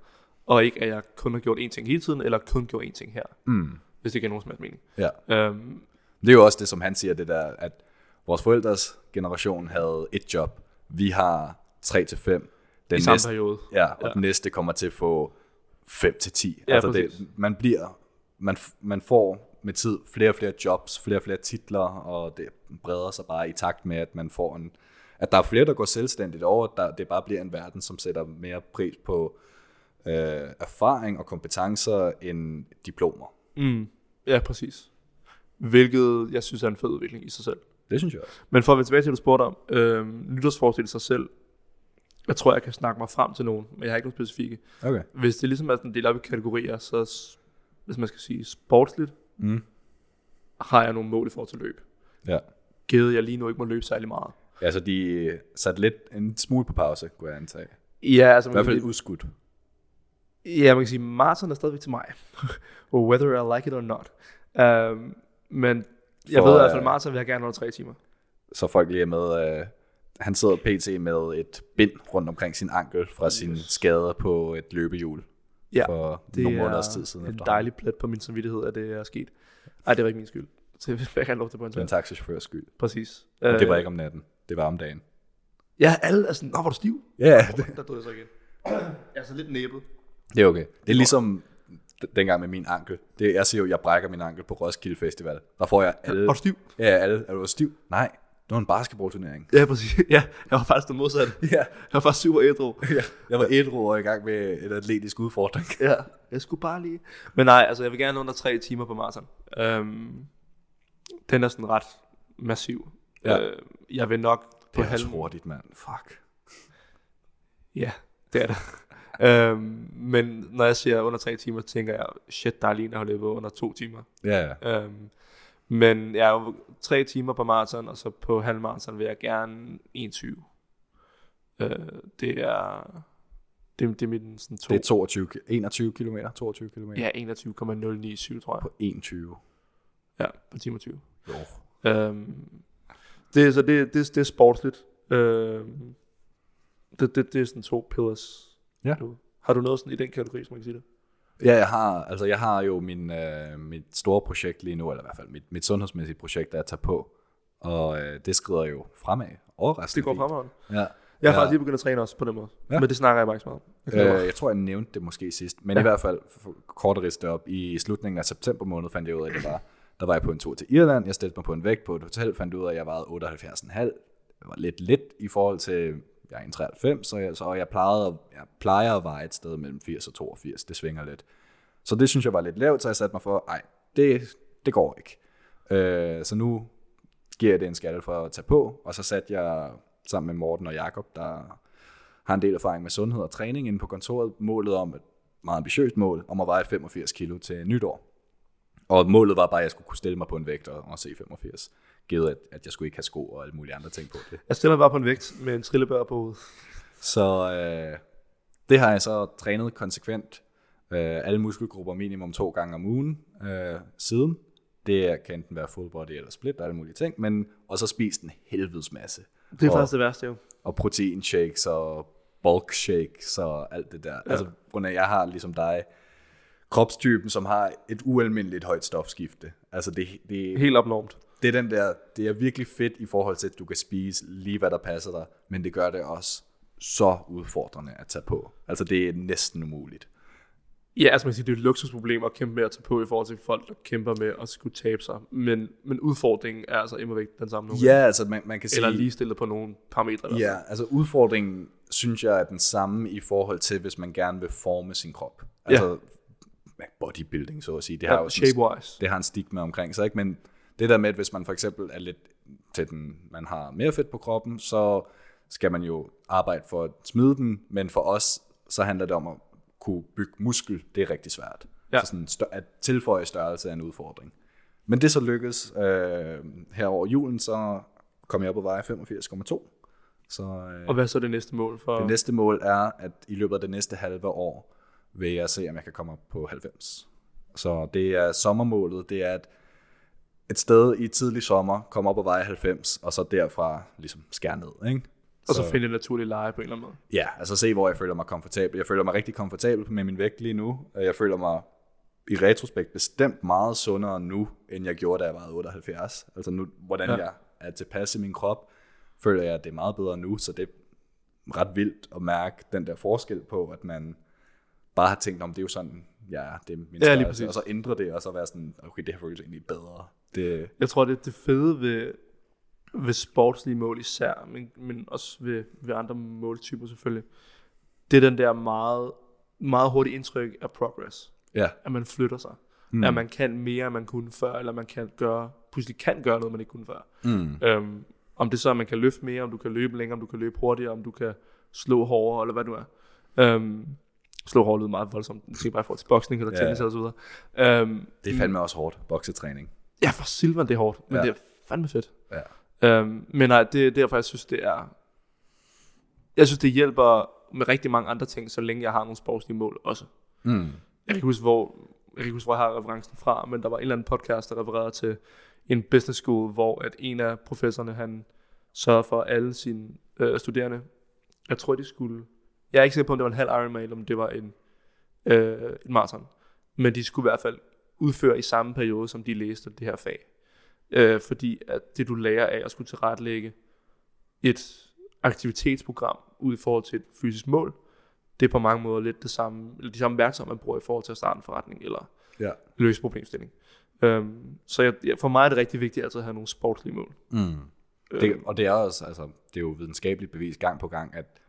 og ikke at jeg kun har gjort én ting hele tiden, eller kun gjort én ting her, mm. hvis det giver nogen som helst mening.
ja.
Øhm,
Det er jo også det, som han siger, det der, at vores forældres generation havde et job. Vi har 3 til 5. Den
I samme periode.
Ja, og
Ja.
ja. den næste kommer til at få 5 til 10.
Ja,
altså
præcis.
det, man bliver, man, f- man får med tid flere og flere jobs, flere og flere titler, og det breder sig bare i takt med, at man får en, at der er flere, der går selvstændigt over, at der, det bare bliver en verden, som sætter mere pris på øh, erfaring og kompetencer end diplomer.
Mm, ja, præcis. Hvilket jeg synes er en fed udvikling i sig selv.
Det synes jeg også.
Men for at vende tilbage til, hvad du spurgte om, øhm, nytårsforsæt i sig selv, jeg tror, jeg kan snakke mig frem til nogen, men jeg har ikke nogen specifikke.
Okay.
Hvis det ligesom er sådan delt op i kategorier, så s- hvis man skal sige sportsligt,
Mm.
har jeg nogle mål i forhold til løb.
Ja.
givet, jeg lige nu ikke må løbe særlig meget.
Altså, de satte lidt en smule på pause, kunne jeg antage. I
Ja, altså, man
hvert
kan,
fald
sige,
udskudt.
ja, man kan sige, maraton er stadigvæk til mig. Whether I like it or not. Um, men jeg
For,
ved i hvert fald,
øh,
maraton vil jeg gerne under tre timer.
så folk lige er med. Øh, han sidder pt. med et bind rundt omkring sin ankel fra yes. sine skader på et løbehjul
Ja,
for
det
nogle måneders
er
tid siden.
en
efterhånden.
dejlig plet på min samvittighed, at det er sket. Nej, det var ikke min skyld. Så jeg vil gerne lov til på en
Det er en
tand.
taxichaufførs skyld.
Præcis. Øh,
Og det var ikke om natten. Det var om dagen.
Ja, alle er sådan, nå, var du stiv?
Ja, det,
Der døde jeg så igen. Jeg er så lidt næbet.
det er okay. Det er ligesom d- dengang med min ankel. Det, jeg siger jo, jeg brækker min ankel på Roskilde Festival. Der får jeg alle...
Var du stiv?
Ja, alle. Er du stiv? Nej, det var en basketballturnering.
Ja, præcis. Ja, jeg var faktisk den modsatte.
Ja.
Jeg var super ædru.
Ja. Jeg var et år i gang med en atletisk udfordring.
Ja, jeg skulle bare lige. Men nej, altså jeg vil gerne under tre timer på maraton. Øhm, den er sådan ret massiv.
Ja.
Øh, jeg vil nok på
Det er også
halv...
hurtigt, mand. Fuck.
Ja, det er det. øhm, men når jeg siger under tre timer, tænker jeg, shit, der er lige en, der har løbet under to timer.
Ja, ja.
Øhm, men jeg er jo tre timer på maraton, og så på halvmaraton vil jeg gerne 21. Øh, det er... Det, det er min sådan to...
Det er 22, ki- 21 km, 22 km.
ja, 21,097, tror jeg.
På 21.
Ja, på timer 20.
Jo.
Øhm, det, så det, det, det er sportsligt. Øhm, det, det, det er sådan to pillars.
Ja.
Du, har du noget sådan i den kategori, som man kan sige det?
Ja, jeg har, altså jeg har jo min, øh, mit store projekt lige nu, eller i hvert fald mit, mit sundhedsmæssige projekt, der er at tage på. Og øh, det skrider jo fremad. Overraskende
Det går
fint.
fremad.
Ja.
Jeg har
Ja.
faktisk lige begyndt at træne også på den måde. Ja.
Ja.
Men det snakker jeg bare ikke så meget om. Jeg glæder mig.
Øh, jeg tror, jeg nævnte det måske sidst, men ja. i hvert fald for- kort at ridse det op. I slutningen af september måned fandt jeg ud af, at det var, der var jeg på en tur til Irland. Jeg stillede mig på en vægt på et hotel, fandt ud af, at jeg vejede 78,5. Det var lidt lidt i forhold til, jeg er en 93, så jeg, så jeg, plejede, at- jeg plejer at veje et sted mellem 80 og 82. Det svinger lidt. Så det synes jeg var lidt lavt, så jeg satte mig for, nej, det, det går ikke. Øh, så nu giver jeg det en skalle for at tage på, og så satte jeg sammen med Morten og Jakob, der har en del erfaring med sundhed og træning inde på kontoret, målet om et meget ambitiøst mål, om at veje 85 kilo til nytår. Og målet var bare, at jeg skulle kunne stille mig på en vægt og, og se 85, givet at, at jeg skulle ikke have sko og alle mulige andre ting på det.
Jeg stiller mig bare på en vægt med en trillebør på hovedet.
Så øh, det har jeg så trænet konsekvent. Øh, alle muskelgrupper minimum to gange om ugen øh, siden. Det kan enten være full body eller split og alle mulige ting, men og så spist en helvedes masse.
Det er
og,
faktisk det værste jo.
og protein shakes og bulk shakes og alt det der. Ja. Altså, Bruna, jeg har ligesom dig kropstypen, som har et ualmindeligt højt stofskifte. Altså det, det,
Helt abnormt.
det er den der, det er virkelig fedt i forhold til, at du kan spise lige hvad der passer dig, men det gør det også så udfordrende at tage på. Altså det er næsten umuligt.
Ja, altså man kan sige, det er et luksusproblem at kæmpe med at tage på i forhold til folk, der kæmper med at skulle tabe sig. Men, men udfordringen er altså immer væk den samme nogle gange.
Ja, altså man, man kan sige...
Eller lige stillet på nogle parametre. i hvert fald.
Ja, altså udfordringen, synes jeg, er den samme i forhold til, hvis man gerne vil forme sin krop. Altså ja. bodybuilding, så at sige. Det har
Ja,
jo sådan-
shape-wise.
det har en stigma omkring sig, ikke? Men det der med, at hvis man for eksempel er lidt til den, man har mere fedt på kroppen, så skal man jo arbejde for at smide den, men for os, så handler det om at kunne bygge muskel. Det er rigtig svært.
Ja.
Så sådan, stør- at tilføje størrelse er en udfordring. Men det så lykkedes øh, her over julen, så kom jeg op og veje 85,2. Så øh,
Og hvad er så det næste mål for?
det næste mål er, at i løbet af det næste halve år, vil jeg se, om jeg kan komme op på 90. Så det er sommermålet, det er at et sted i tidlig sommer, komme op og veje 90, og så derfra ligesom skære ned, ikke?
og så finde en naturlig leje på en eller anden måde.
Ja, altså se, hvor jeg føler mig komfortabel. Jeg føler mig rigtig komfortabel med min vægt lige nu. Øh, Jeg føler mig i retrospekt bestemt meget sundere nu, end jeg gjorde, da jeg var 78. Altså nu, hvordan ja. jeg er tilpas i min krop, føler jeg, at det er meget bedre nu, så det er ret vildt at mærke den der forskel på, at man bare har tænkt om, det er jo sådan, ja, det er min
Ja, lige
størrelse."
præcis.
og så ændre det, og så være sådan, okay, det her føles egentlig bedre. Det,
Jeg tror, det er det fede ved, ved sportslige mål især, men, men også ved, ved andre måltyper selvfølgelig. Det er den der meget, meget hurtige indtryk af progress.
ja,
At man flytter sig. Mm. At man kan mere, end man kunne før, eller man kan gøre, pludselig kan gøre noget, man ikke kunne før.
Mm.
Øhm, om det så er, at man kan løfte mere, om du kan løbe længere, om du kan løbe hurtigere, om du kan slå hårdere, eller hvad du er. Øhm, slå hårdere lyder meget voldsomt. Det er bare for til boksning eller
Ja.
tennis eller så videre. Øhm,
det er fandme også hårdt, boksetræning.
Ja, for Silvan det er hårdt, men
Ja.
ja. det er fandme fedt.
Ja.
Øhm, men nej, det er derfor, jeg synes, det er... Jeg synes, det hjælper med rigtig mange andre ting, så længe jeg har nogle sportslige mål også.
Mm.
Jeg kan ikke huske, hvor jeg, kan ikke huske, hvor jeg har referencen fra, men der var en eller anden podcast, der refererede til en business school, hvor at en af professorerne, han sørgede for at alle sine øh, studerende. Jeg tror, de skulle... Jeg er ikke sikker på, om det var en halv Ironman, eller om det var en, øh, en marathon. Men de skulle i hvert fald udføre i samme periode, som de læste det her fag. Øh, fordi at det, du lærer af at skulle tilrettelægge et aktivitetsprogram ud i forhold til et fysisk mål, det er på mange måder lidt det samme, eller de samme værktøjer, man bruger i forhold til at starte en forretning eller
Ja.
løse problemstilling. Øhm, så jeg, jeg, for mig er det rigtig vigtigt altid at have nogle sportslige mål.
Mm. Det, og det er også, altså, det er jo videnskabeligt bevis gang på gang, at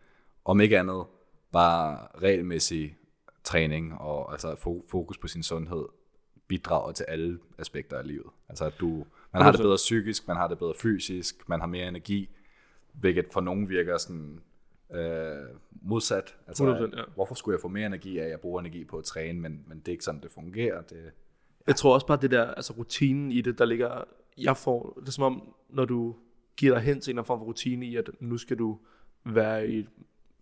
om ikke andet, bare regelmæssig træning og altså fo- fokus på sin sundhed bidrager til alle aspekter af livet. Altså at du, man har det bedre psykisk, man har det bedre fysisk, man har mere energi, hvilket for nogen virker sådan øh, modsat. Altså,
100%, ja.
Hvorfor skulle jeg få mere energi af, at jeg bruger energi på at træne, men, men det er ikke sådan, det fungerer. Det,
Jeg tror også bare det der, altså rutinen i det, der ligger, jeg får, det er som om, når du giver dig hen til en eller anden form for rutine i, at nu skal du være i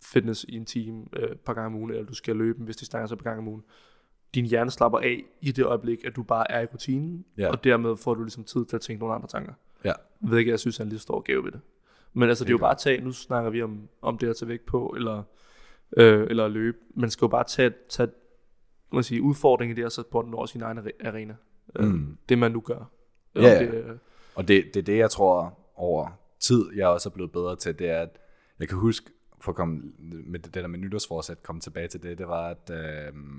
fitness i en time øh, et par gange om ugen, eller du skal løbe en vis distance et par gange om ugen. Din hjerne slapper af i det øjeblik, at du bare er i rutinen,
Ja.
og dermed får du ligesom tid til at tænke nogle andre tanker.
ja.
Hvilket jeg synes er en lidt stor gave ved det. Men altså, det er jo bare at tage, nu snakker vi om, om det at tage vægt på, eller, øh, eller at løbe. Man skal jo bare tage, tage må man sige, udfordringen i det, og så på den over sin egen are- arena. Mm. Det man nu gør.
Ja,
Om
ja.
det, øh,
Og det, det er det, jeg tror over tid, jeg også er blevet bedre til, det er, at jeg kan huske, for at komme med det det der med nytårsforsæt, komme tilbage til det, det var, at øh,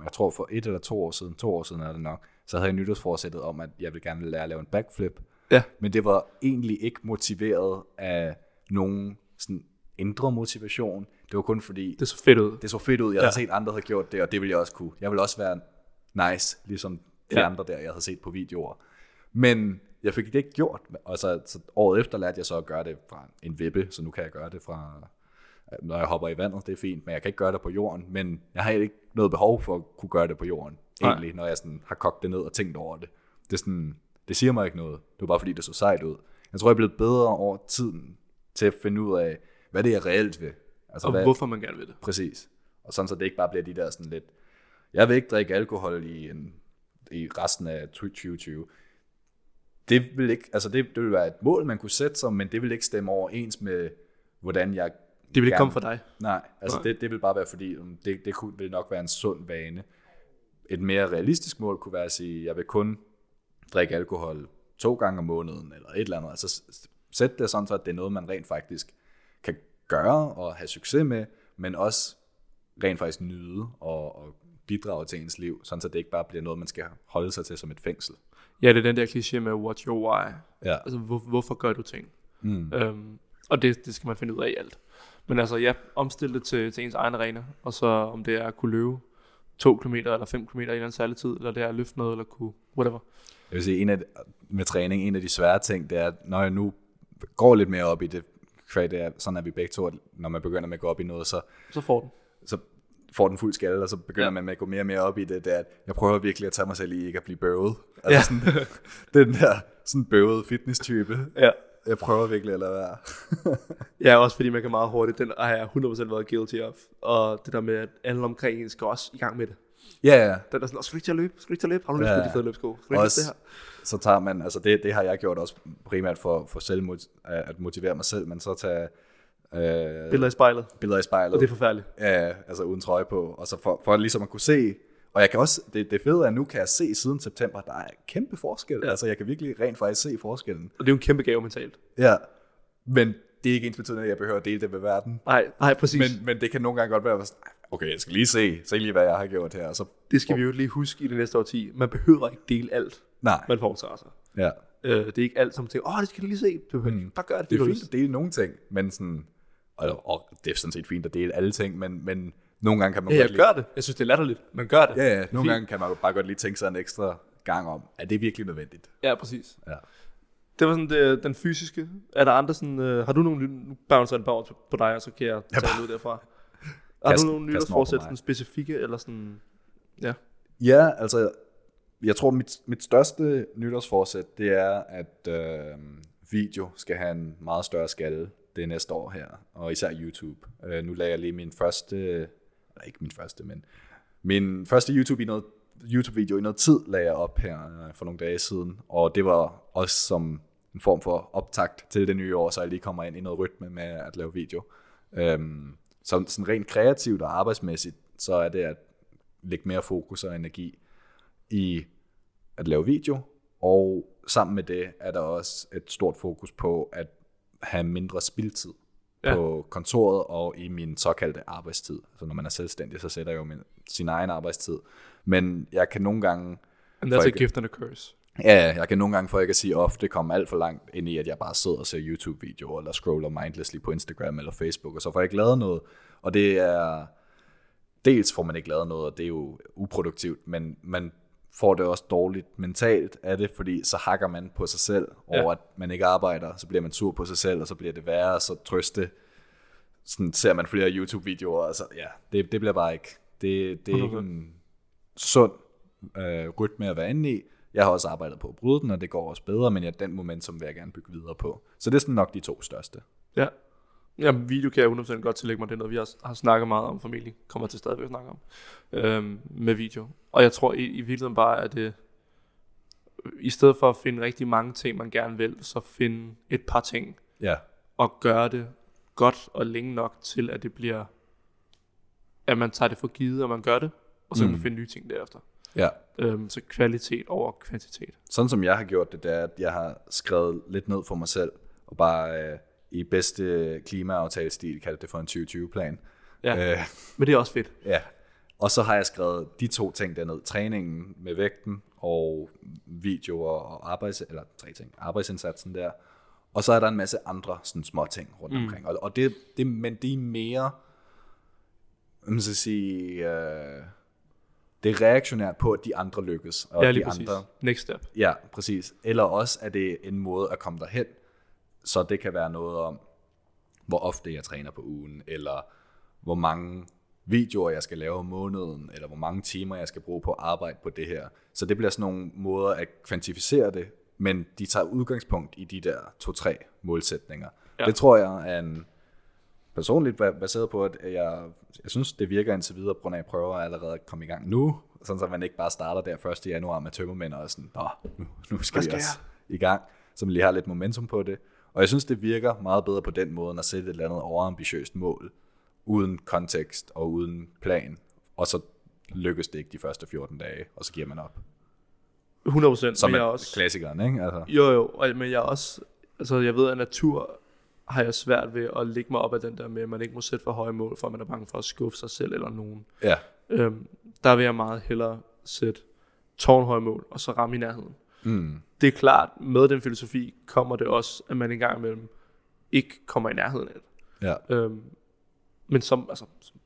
jeg tror for et eller to år siden, to år siden er det nok, så havde jeg nytårsforsættet om, at jeg ville gerne lære at lave en backflip.
Ja.
Men det var egentlig ikke motiveret af nogen sådan indre motivation. Det var kun fordi,
det så fedt ud.
det så fedt ud. Jeg ja. havde set andre havde gjort det, og det ville jeg også kunne. Jeg ville også være nice, ligesom de ja.
Ja.
andre der, jeg havde set på videoer. Men jeg fik det ikke gjort. Og så, så året efter lærte jeg så at gøre det fra en vippe, så nu kan jeg gøre det fra, når jeg hopper i vandet, det er fint, men jeg kan ikke gøre det på jorden. Men jeg har ikke noget behov for at kunne gøre det på jorden,
Nej.
egentlig, når jeg sådan har kogt det ned og tænkt over det. Det, er sådan, det siger mig ikke noget. Det var bare fordi, det så sejt ud. Jeg tror, jeg er blevet bedre over tiden til at finde ud af, hvad det er jeg reelt ved. Altså,
Og
hvad,
hvorfor man gerne vil det.
Præcis. Og sådan, så det ikke bare bliver de der sådan lidt, jeg vil ikke drikke alkohol i, en, i resten af 2020. Det vil ikke, altså det, det vil være et mål, man kunne sætte sig, men det vil ikke stemme overens med, hvordan jeg
Det vil ikke
gerne-
komme fra dig.
Nej, altså
Nej.
Det, det vil bare være fordi, um, det, det kunne, vil nok være en sund vane. et mere realistisk mål kunne være at sige, at jeg vil kun drikke alkohol to gange om måneden, eller et eller andet. Altså s- sæt det sådan, så at det er noget, man rent faktisk kan gøre og have succes med, men også rent faktisk nyde og, og bidrage til ens liv, sådan så det ikke bare bliver noget, man skal holde sig til som et fængsel.
Ja, det er den der kliché med watch your why.
Ja.
Altså, hvor, hvorfor gør du ting? Mm. Øhm, og det, det skal man finde ud af i alt. Men altså, ja, omstille det til, til ens egen arena, og så om det er at kunne løbe to kilometer eller 5 km i en eller anden særlig tid, eller det er at løfte noget, eller kunne whatever.
Jeg vil sige, en af, med træning, en af de svære ting, det er, at når jeg nu går lidt mere op i det, kvad det er, sådan er vi begge to, at når man begynder med at gå op i noget, så,
Så får den.
så får den fuld skalle, og så begynder
Ja.
ja. man med at gå mere og mere op i det, det er, at jeg prøver virkelig at tage mig selv i ikke at blive bøvet. Altså ja. sådan, det er den der sådan bøvede fitness-type.
Ja.
Jeg prøver virkelig at lade være.
Ja, også fordi man kan meget hurtigt. Den har jeg 100% været guilty of. Og det der med, at alle omkring en skal også i gang med det.
Ja, ja.
Den er sådan, "Åh, skal du ikke til at løbe? Skal du ikke til at løbe? Har du lyst
Ja.
til de fede løbsko? Skal du ikke løbe det
også,
her?
så tager man, altså det, det har jeg gjort også primært for, for selv at motivere mig selv, men så tager øh,
Billeder i spejlet.
billeder i spejlet.
Og det er forfærdeligt.
Ja, altså uden trøje på, og så for, for ligesom at kunne se, og jeg kan også, det, det fede er, at nu kan jeg se siden september, der er kæmpe forskel, ja. altså jeg kan virkelig rent faktisk se forskellen.
Og det er jo en kæmpe gave mentalt.
Ja, men det er ikke ens betydende, at jeg behøver at dele det med verden.
Nej, nej, præcis. Men
Men, men det kan nogle gange godt være, sådan, okay, jeg skal lige se, se lige hvad jeg har gjort her, og så,
det skal vi jo lige huske i det næste årti. Man behøver ikke dele alt,
nej,
man foretager sig.
ja.
Øh, det er ikke alt, som tænker, åh, det skal du lige se. Du mm. Bare gør det,
Det er
fordi
fint at dele nogle ting, men sådan, og, og det er sådan set fint at dele alle ting, men, men nogle gange kan man
Ja,
godt
jeg gør det. Jeg synes, det er latterligt. Man gør det.
lige, ja, ja, nogle
Fint.
gange kan man jo bare godt lige tænke sig en ekstra gang om, er det virkelig nødvendigt?
ja præcis.
Ja.
Det var sådan det, den fysiske. Er der andre sådan, øh, har du nogle, lyt- nu bouncer jeg den bare på dig, og så kan jeg tage den ud derfra. Har
Kast-
du nogle
kast den over på
nytårsforsæt,
mig.
sådan specifikke, eller sådan, ja.
Ja, altså, jeg tror, mit, mit største nytårsforsæt, det er, at øh, video skal have en meget større skalle det næste år her, og især YouTube. Øh, nu lagde jeg lige min første, eller ikke min første, men min første YouTube i noget YouTube-video i noget tid lagde jeg op her øh, for nogle dage siden, og det var også som en form for optakt til det nye år, så jeg lige kommer ind i noget rytme med at lave video. Øhm, så sådan rent kreativt og arbejdsmæssigt, så er det at lægge mere fokus og energi i at lave video, og sammen med det er der også et stort fokus på at have mindre spildtid
Ja.
ja. på kontoret og i min såkaldte arbejdstid. Så når man er selvstændig, så sætter jeg jo min, sin egen arbejdstid. Men jeg kan nogle gange,
And
that's a
that's a
Folke.
gift and a curse.
ja, jeg kan nogle gange, for ikke at sige ofte, komme alt for langt ind i, at jeg bare sidder og ser YouTube-videoer, eller scroller mindlessly på Instagram eller Facebook, og så får jeg ikke lavet noget. Og det er, dels får man ikke lavet noget, og det er jo uproduktivt, men man får det også dårligt mentalt af det, fordi så hakker man på sig selv over,
Ja.
ja. at man ikke arbejder, så bliver man sur på sig selv, og så bliver det værre, og så trøste. Sådan ser man flere YouTube-videoer, og så, ja, det, det bliver bare ikke, det, det er ikke en sund øh, rytme at være inde i. Jeg har også arbejdet på at bryde den, og det går også bedre, men ja, den momentum vil jeg gerne bygge videre på. Så det er sådan nok de to største.
Ja. Jamen, video kan jeg 100% godt tillægge mig. Det er noget, vi har, har snakket meget om familie. Kommer til stadigvæk at snakke om. Øhm, med video. Og jeg tror i, i virkeligheden bare, at det, i stedet for at finde rigtig mange ting, man gerne vil, så finde et par ting,
Ja,
og gøre det godt og længe nok til, at det bliver, at man tager det for givet, og man gør det, og så
Mm.
kan man finde nye ting derefter.
ja.
Øhm, så kvalitet over kvantitet.
Sådan som jeg har gjort det, det er, at jeg har skrevet lidt ned for mig selv, og bare øh, i bedste klimaaftalestil kaldt det for en 2020-plan.
Ja.
Øh,
Men det er også fedt.
ja. Og så har jeg skrevet de to ting derned, træningen med vægten og videoer og arbejds, eller tre ting, arbejdsindsatsen der. Og så er der en masse andre sådan små ting
Mm.
rundt omkring. Og, og det, det, men det er mere, man skal sige, øh, det er reaktionært på, at de andre lykkes, og
Ja,
de
lige præcis.
andre
Next step.
Ja, præcis. Eller også er det en måde at komme derhen, så det kan være noget om, hvor ofte jeg træner på ugen, eller hvor mange videoer jeg skal lave om måneden, eller hvor mange timer jeg skal bruge på at arbejde på det her. Så det bliver sådan nogle måder at kvantificere det, men de tager udgangspunkt i de der to-tre målsætninger.
Ja.
Ja. Det tror jeg er en, personligt ba- baseret på, at jeg, jeg synes, det virker indtil videre, på grund af, at jeg prøver allerede at komme i gang nu, sådan så man ikke bare starter der 1. januar med tømmermænd og er sådan, Nå, nu, nu skal,
skal
vi også i gang, så man lige har lidt momentum på det. Og jeg synes, det virker meget bedre på den måde, end at sætte et eller andet overambitiøst mål, uden kontekst og uden plan, og så lykkes det ikke de første 14 dage, og så giver man op.
100 procent.
Som
men
er
jeg er også,
klassikeren, ikke? Altså,
jo, jo, og, men jeg er også, altså jeg ved, at natur har jeg svært ved at lægge mig op af den der med, at man ikke må sætte for høje mål, for at man er bange for at skuffe sig selv eller nogen.
ja,
Øhm, der vil jeg meget hellere sætte tårnhøje mål, og så ramme i nærheden.
mm,
Det er klart, med den filosofi kommer det også, at man engang imellem ikke kommer i nærheden af det.
ja,
Øhm, men som, altså, som-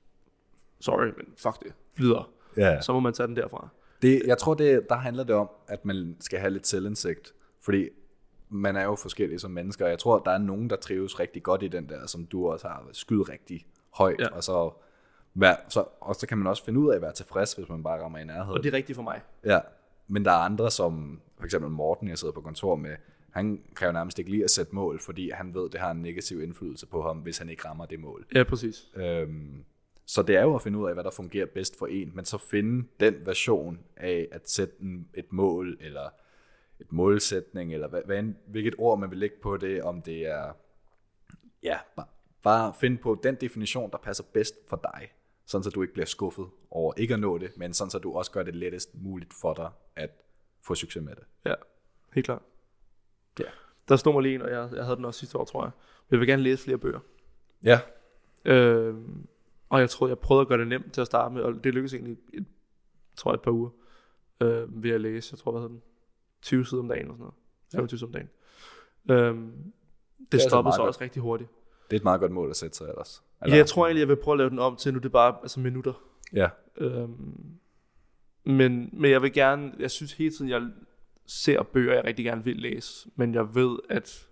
sorry, men fuck det, videre.
ja.
Så må man tage den derfra.
Det, jeg tror, det, der handler det om, at man skal have lidt selvindsigt, fordi man er jo forskellige som mennesker, og jeg tror, der er nogen, der trives rigtig godt i den der, som du også har skyde rigtig højt,
Ja.
ja. og så, vær, så, og så kan man også finde ud af at være tilfreds, hvis man bare rammer i nærheden.
Og det er rigtigt for mig.
Ja, men der er andre som, for eksempel Morten, jeg sidder på kontor med, han kan jo nærmest ikke lide at sætte mål, fordi han ved, det har en negativ indflydelse på ham, hvis han ikke rammer det mål.
Ja, præcis.
Øhm, så det er jo at finde ud af, hvad der fungerer bedst for en, men så finde den version af at sætte en, et mål, eller et målsætning, eller hvad, hvad, end- hvilket ord man vil lægge på det, om det er, ja, bare, bare finde på den definition, der passer bedst for dig, sådan så du ikke bliver skuffet over ikke at nå det, men sådan så du også gør det lettest muligt for dig at få succes med det.
Ja, helt klart.
Ja.
Der stod mig lige en, og jeg, jeg havde den også sidste år, tror jeg. Men jeg vil gerne læse flere bøger.
Ja,
Øh, og jeg tror, jeg prøvede at gøre det nemt til at starte med, og det lykkedes egentlig, et, tror jeg, et par uger øh, ved at læse, jeg tror, hvad hedder den? 20 sider om dagen eller sådan noget. 25 ja. om dagen. Øh, det, det
altså
stoppede
meget
så
godt.
også rigtig hurtigt.
det er et meget godt mål at sætte sig ellers.
Ja, jeg tror egentlig, jeg vil prøve at lave den om til, nu det er bare altså minutter.
Ja,
Øhm, men, men jeg vil gerne, jeg synes hele tiden, jeg ser bøger, jeg rigtig gerne vil læse, men jeg ved, at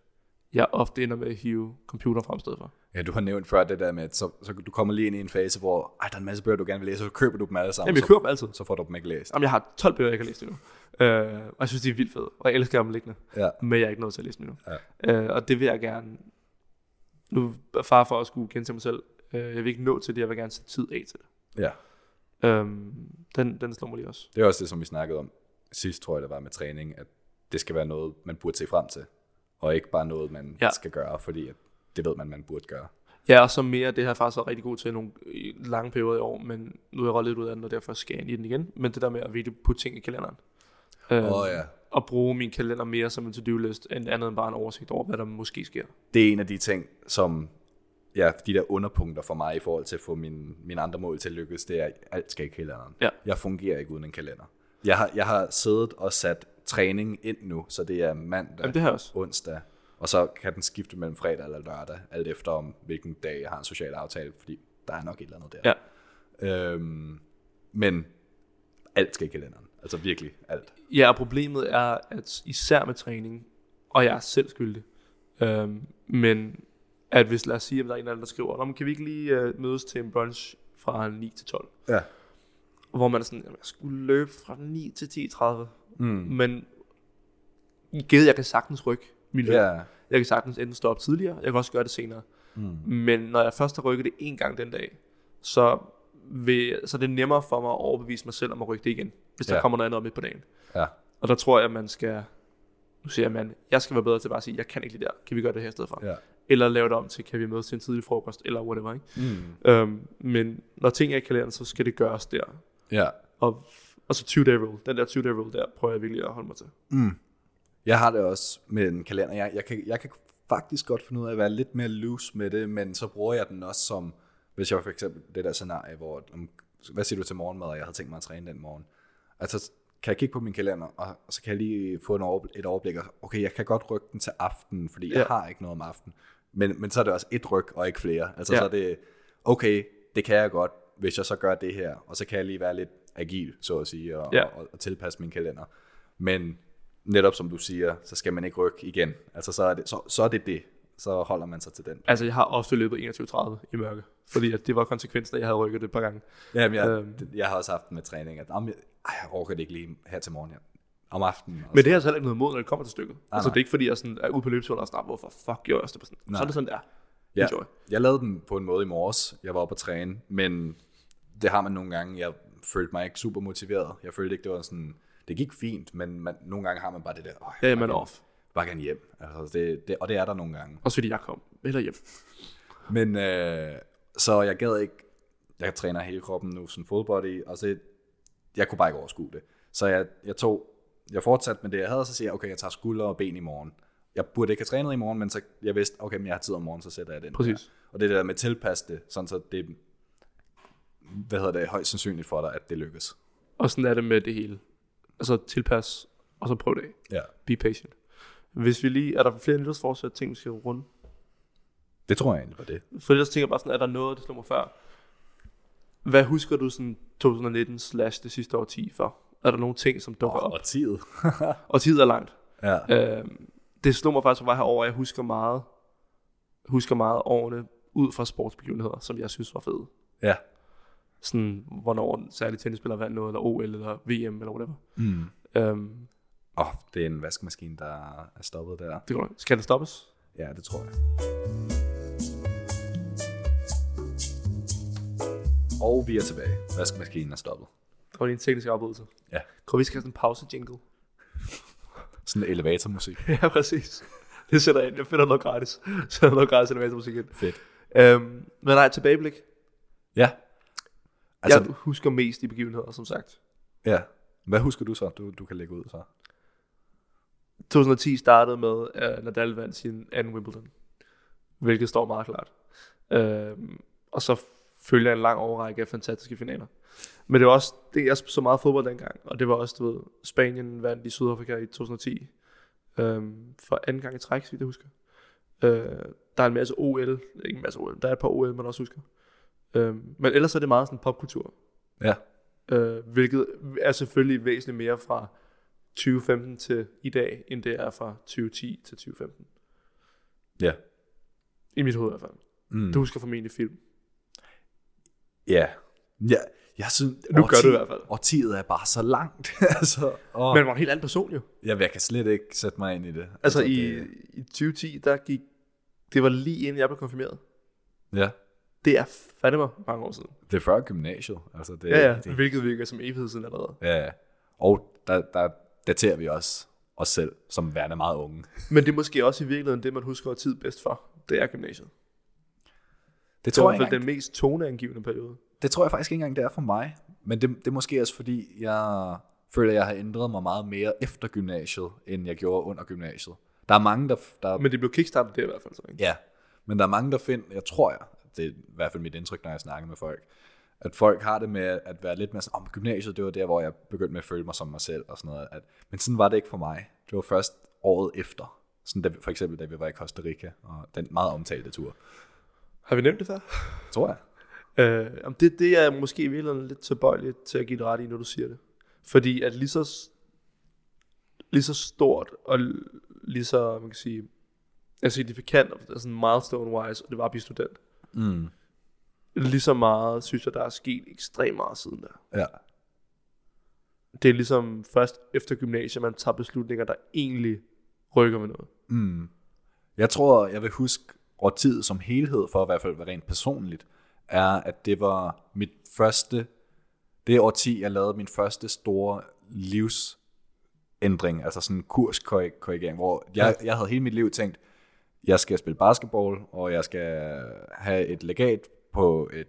jeg ofte ender med at hive computer frem i stedet for.
Ja, du har nævnt før det der med, at så, så du kommer lige ind i en fase, hvor ej, der er en masse bøger, du gerne vil læse, og så køber du dem alle sammen,
Jamen, jeg
så,
køber dem altid.
så får du dem ikke læst.
Jamen, jeg har 12 bøger, jeg kan læse endnu. Øh, og jeg synes, de er vildt fede, og jeg elsker dem liggende,
Ja,
men jeg er ikke nødt til at læse dem endnu. Ja. Øh, og det vil jeg gerne, nu er far for at skulle gentage mig selv, øh, jeg vil ikke nå til det, jeg vil gerne sætte tid af til det.
ja.
Øhm, den, den slår mig lige også.
Det er også det, som vi snakkede om sidst, tror jeg, det var med træning, at det skal være noget, man burde se frem til, og ikke bare noget, man
Ja.
ja. skal gøre, fordi at det ved man, man burde gøre.
Ja, og så mere, det har jeg faktisk været rigtig god til i nogle i lange perioder i år, men nu er jeg røget lidt ud af den, og derfor skal jeg ind i den igen. Men det der med at virkelig putte ting i kalenderen. Åh
Åh ja.
Og bruge min kalender mere som en to-do-list, end andet end bare en oversigt over, hvad der måske sker.
Det er en af de ting, som ja, de der underpunkter for mig i forhold til at få mine, mine andre mål til at lykkes, det er, at alt skal i kalenderen.
Ja.
Jeg fungerer ikke uden en kalender. Jeg har, jeg har siddet og sat træning ind nu, så det er mandag,
Jamen, det har jeg også.
onsdag, og så kan den skifte mellem fredag eller lørdag, alt efter om hvilken dag jeg har en social aftale, fordi der er nok et eller andet der.
Ja.
Øhm, men alt skal i kalenderen. Altså virkelig alt.
Ja, og problemet er, at især med træning, og jeg er selv skyldig, øhm, men at hvis, lad os sige, at der er en eller anden, der skriver, "Nå, men kan vi ikke lige øh, mødes til en brunch fra 9 til 12?
Ja.
Hvor man er sådan, "Jamen, jeg skulle løbe fra 9 til 10.30.
Mm.
Men givet, jeg kan sagtens rykke min løb.
Ja.
Jeg kan sagtens enten stå op tidligere, jeg kan også gøre det senere.
Mm.
Men når jeg først har rykket det en gang den dag, så, vil, så er det nemmere for mig at overbevise mig selv om at rykke det igen, hvis ja. der
Ja.
kommer noget andet op midt på dagen.
ja.
Og der tror jeg, at man skal, nu siger man, jeg skal være bedre til bare at sige, jeg kan ikke lige der, kan vi gøre det her i stedet for?
Ja.
Eller lave det om til, kan vi mødes til en tidlig frokost, eller whatever, ikke?
Mm.
Øhm, men når ting er i kalenderen, så skal det gøres der.
ja.
Og, og så 20-day rule, den der 20-day rule der, prøver jeg virkelig at holde mig til.
Jeg har det også med en kalender. Jeg, jeg, kan, jeg kan faktisk godt finde ud af at være lidt mere loose med det, men så bruger jeg den også som, hvis jeg for eksempel det der scenarie, hvor, om, hvad siger du til morgenmad, og jeg havde tænkt mig at træne den morgen. Altså, kan jeg kigge på min kalender, og, og så kan jeg lige få en over, et overblik, og okay, jeg kan godt rykke den til aften, fordi jeg
Ja.
har ikke noget om aftenen. Men, men så er det også et ryg, og ikke flere. Altså,
Ja.
ja. så er det, okay, det kan jeg godt, hvis jeg så gør det her, og så kan jeg lige være lidt agil, så at sige, og,
Ja.
ja. og, og tilpasse min kalender. Men netop som du siger, så skal man ikke rykke igen. Altså så er det så, så er det, det. Så holder man sig til den.
Altså, jeg har ofte løbet 21.30 i mørke, fordi at det var konsekvensen, at jeg havde rykket det et par gange.
Jamen, jeg,
Øhm.
øhm. jeg har også haft den med træning, at jamen, jeg, ej, jeg orker det ikke lige her til morgen. Jeg, om aftenen.
Men det har jeg så heller ikke noget imod, når det kommer til stykket. Ah, altså,
nej.
det er ikke fordi, jeg sådan er ude på løbeturen og snakker, hvorfor fuck gjorde jeg også det på sådan. Så er det sådan, der.
Ja,
Enjoy.
jeg lavede den på en måde i morges. Jeg var oppe at træne, men det har man nogle gange. Jeg følte mig ikke super motiveret. Jeg følte ikke, det var sådan... Det gik fint, men man, nogle gange har man bare det der... Oh,
Ja, man er off.
Bare gerne hjem. Altså, det, det, og det er der nogle gange.
Også fordi jeg kom. Eller hjem.
Men øh, så jeg gad ikke, jeg træner hele kroppen nu, sådan full body, og så jeg kunne bare ikke overskue det. Så jeg, jeg tog, jeg fortsatte med det, jeg havde, og så siger jeg, okay, jeg tager skulder og ben i morgen. Jeg burde ikke have trænet i morgen, men så jeg vidste, okay, men jeg har tid om morgenen, så sætter jeg den.
Præcis.
Der. Og det der med at tilpasse det, sådan så det, hvad hedder det, højst sandsynligt for dig, at det lykkes.
Og sådan er det med det hele. Altså tilpas, og så prøv det af.
Ja.
Be patient. Hvis vi lige, er der flere nytårsforsæt ting, vi skal runde?
Det tror jeg egentlig var det.
For ellers tænker jeg bare sådan, er der noget, der slog mig før? Hvad husker du sådan 2019 slash det sidste årti for? Er der nogle ting, som dukker op?
Og tid.
Og tid er langt.
ja.
Øh, det slog mig faktisk på vej herover, jeg husker meget, husker meget årene ud fra sportsbegivenheder, som jeg synes var fede.
ja.
Sådan, hvornår en særlig tennisspiller vandt noget, eller OL, eller VM, eller whatever.
Mm.
Øhm,
Åh, oh, det er en vaskemaskine, der er stoppet der.
det går nok. Skal det stoppes?
Ja, det tror jeg. Og vi er tilbage. Vaskemaskinen er stoppet.
Det var lige en teknisk afbrydelse.
Ja.
Tror vi skal have sådan en pause jingle?
Sådan en elevatormusik.
ja, præcis. Det sætter jeg ind. Jeg finder noget gratis. Sætter noget gratis animatormusik ind.
Fedt.
Øhm, men nej, tilbageblik.
Ja.
Altså,
Altså,
jeg husker mest i begivenheder, som sagt.
ja. ja. Hvad husker du så, du, du kan lægge ud så?
2010 startede med, at Nadal vandt sin anden Wimbledon, hvilket står meget klart. Øhm, og så følger en lang overrække af fantastiske finaler. Men det var også, det, jeg så meget fodbold dengang, og det var også, du ved, Spanien vandt i Sydafrika i 2010, øhm, for anden gang i træk, så vidt jeg husker. Øh, der er en masse OL, ikke en masse OL, der er et par OL, man også husker. Øhm, men ellers er det meget sådan popkultur,
Ja.
øh, hvilket er selvfølgelig væsentligt mere fra 2015 til i dag, end det er fra 2010 til 2015.
Ja.
I mit hoved i hvert fald.
Mm.
Du husker formentlig film.
Ja. Ja. Jeg synes,
Nu gør du i hvert fald.
Årtiet er bare så langt. altså,
Oh.
åh.
Men han var en helt anden person jo.
Jamen, jeg kan slet ikke sætte mig ind i det.
Altså i,
Det,
i 2010, der gik... Det var lige inden jeg blev konfirmeret.
ja.
Det er fandme mange år siden.
Det er før gymnasiet. Altså, det,
Ja, ja.
Det,
Hvilket virker som evighed siden allerede.
Ja, og der, der daterer vi også os selv som værende meget unge.
Men det er måske også i virkeligheden det, man husker tid bedst for. Det er gymnasiet.
Det
Det
tror,
var i
jeg
hvert
ikke,
fald
engang-
den mest toneangivende periode.
det tror jeg faktisk ikke engang, det er for mig. Men det, det er måske også, fordi jeg føler, jeg har ændret mig meget mere efter gymnasiet, end jeg gjorde under gymnasiet. Der er mange, der... der
Men det blev kickstartet der i hvert fald. Så, ikke?
Ja, men der er mange, der finder, jeg tror jeg, det er i hvert fald mit indtryk, når jeg snakker med folk, at folk har det med at være lidt mere sådan, om gymnasiet, det var der, hvor jeg begyndte med at føle mig som mig selv og sådan noget. At, men sådan var det ikke for mig. Det var først året efter. Sådan da, vi- for eksempel, da vi var i Costa Rica, og den meget omtalte tur.
Har vi nævnt det før?
Tror jeg.
Øh, om det, det er måske i virkeligheden lidt tilbøjelig til at give det ret i, når du siger det. Fordi at lige så, s- lige så stort og l- lige så, man kan sige, er signifikant, og sådan milestone-wise, og det var at blive student,
Mm.
lige så meget synes jeg, der er sket ekstremt meget siden der.
Ja.
Det er ligesom først efter gymnasiet, man tager beslutninger, der egentlig rykker med noget.
Mm. Jeg tror, jeg vil huske årtiet som helhed, for i hvert fald at være rent personligt, er, at det var mit første, det årti, jeg lavede min første store livsændring, altså sådan en kurskorrigering, hvor jeg, jeg havde hele mit liv tænkt, jeg skal spille basketball, og jeg skal have et legat på et, et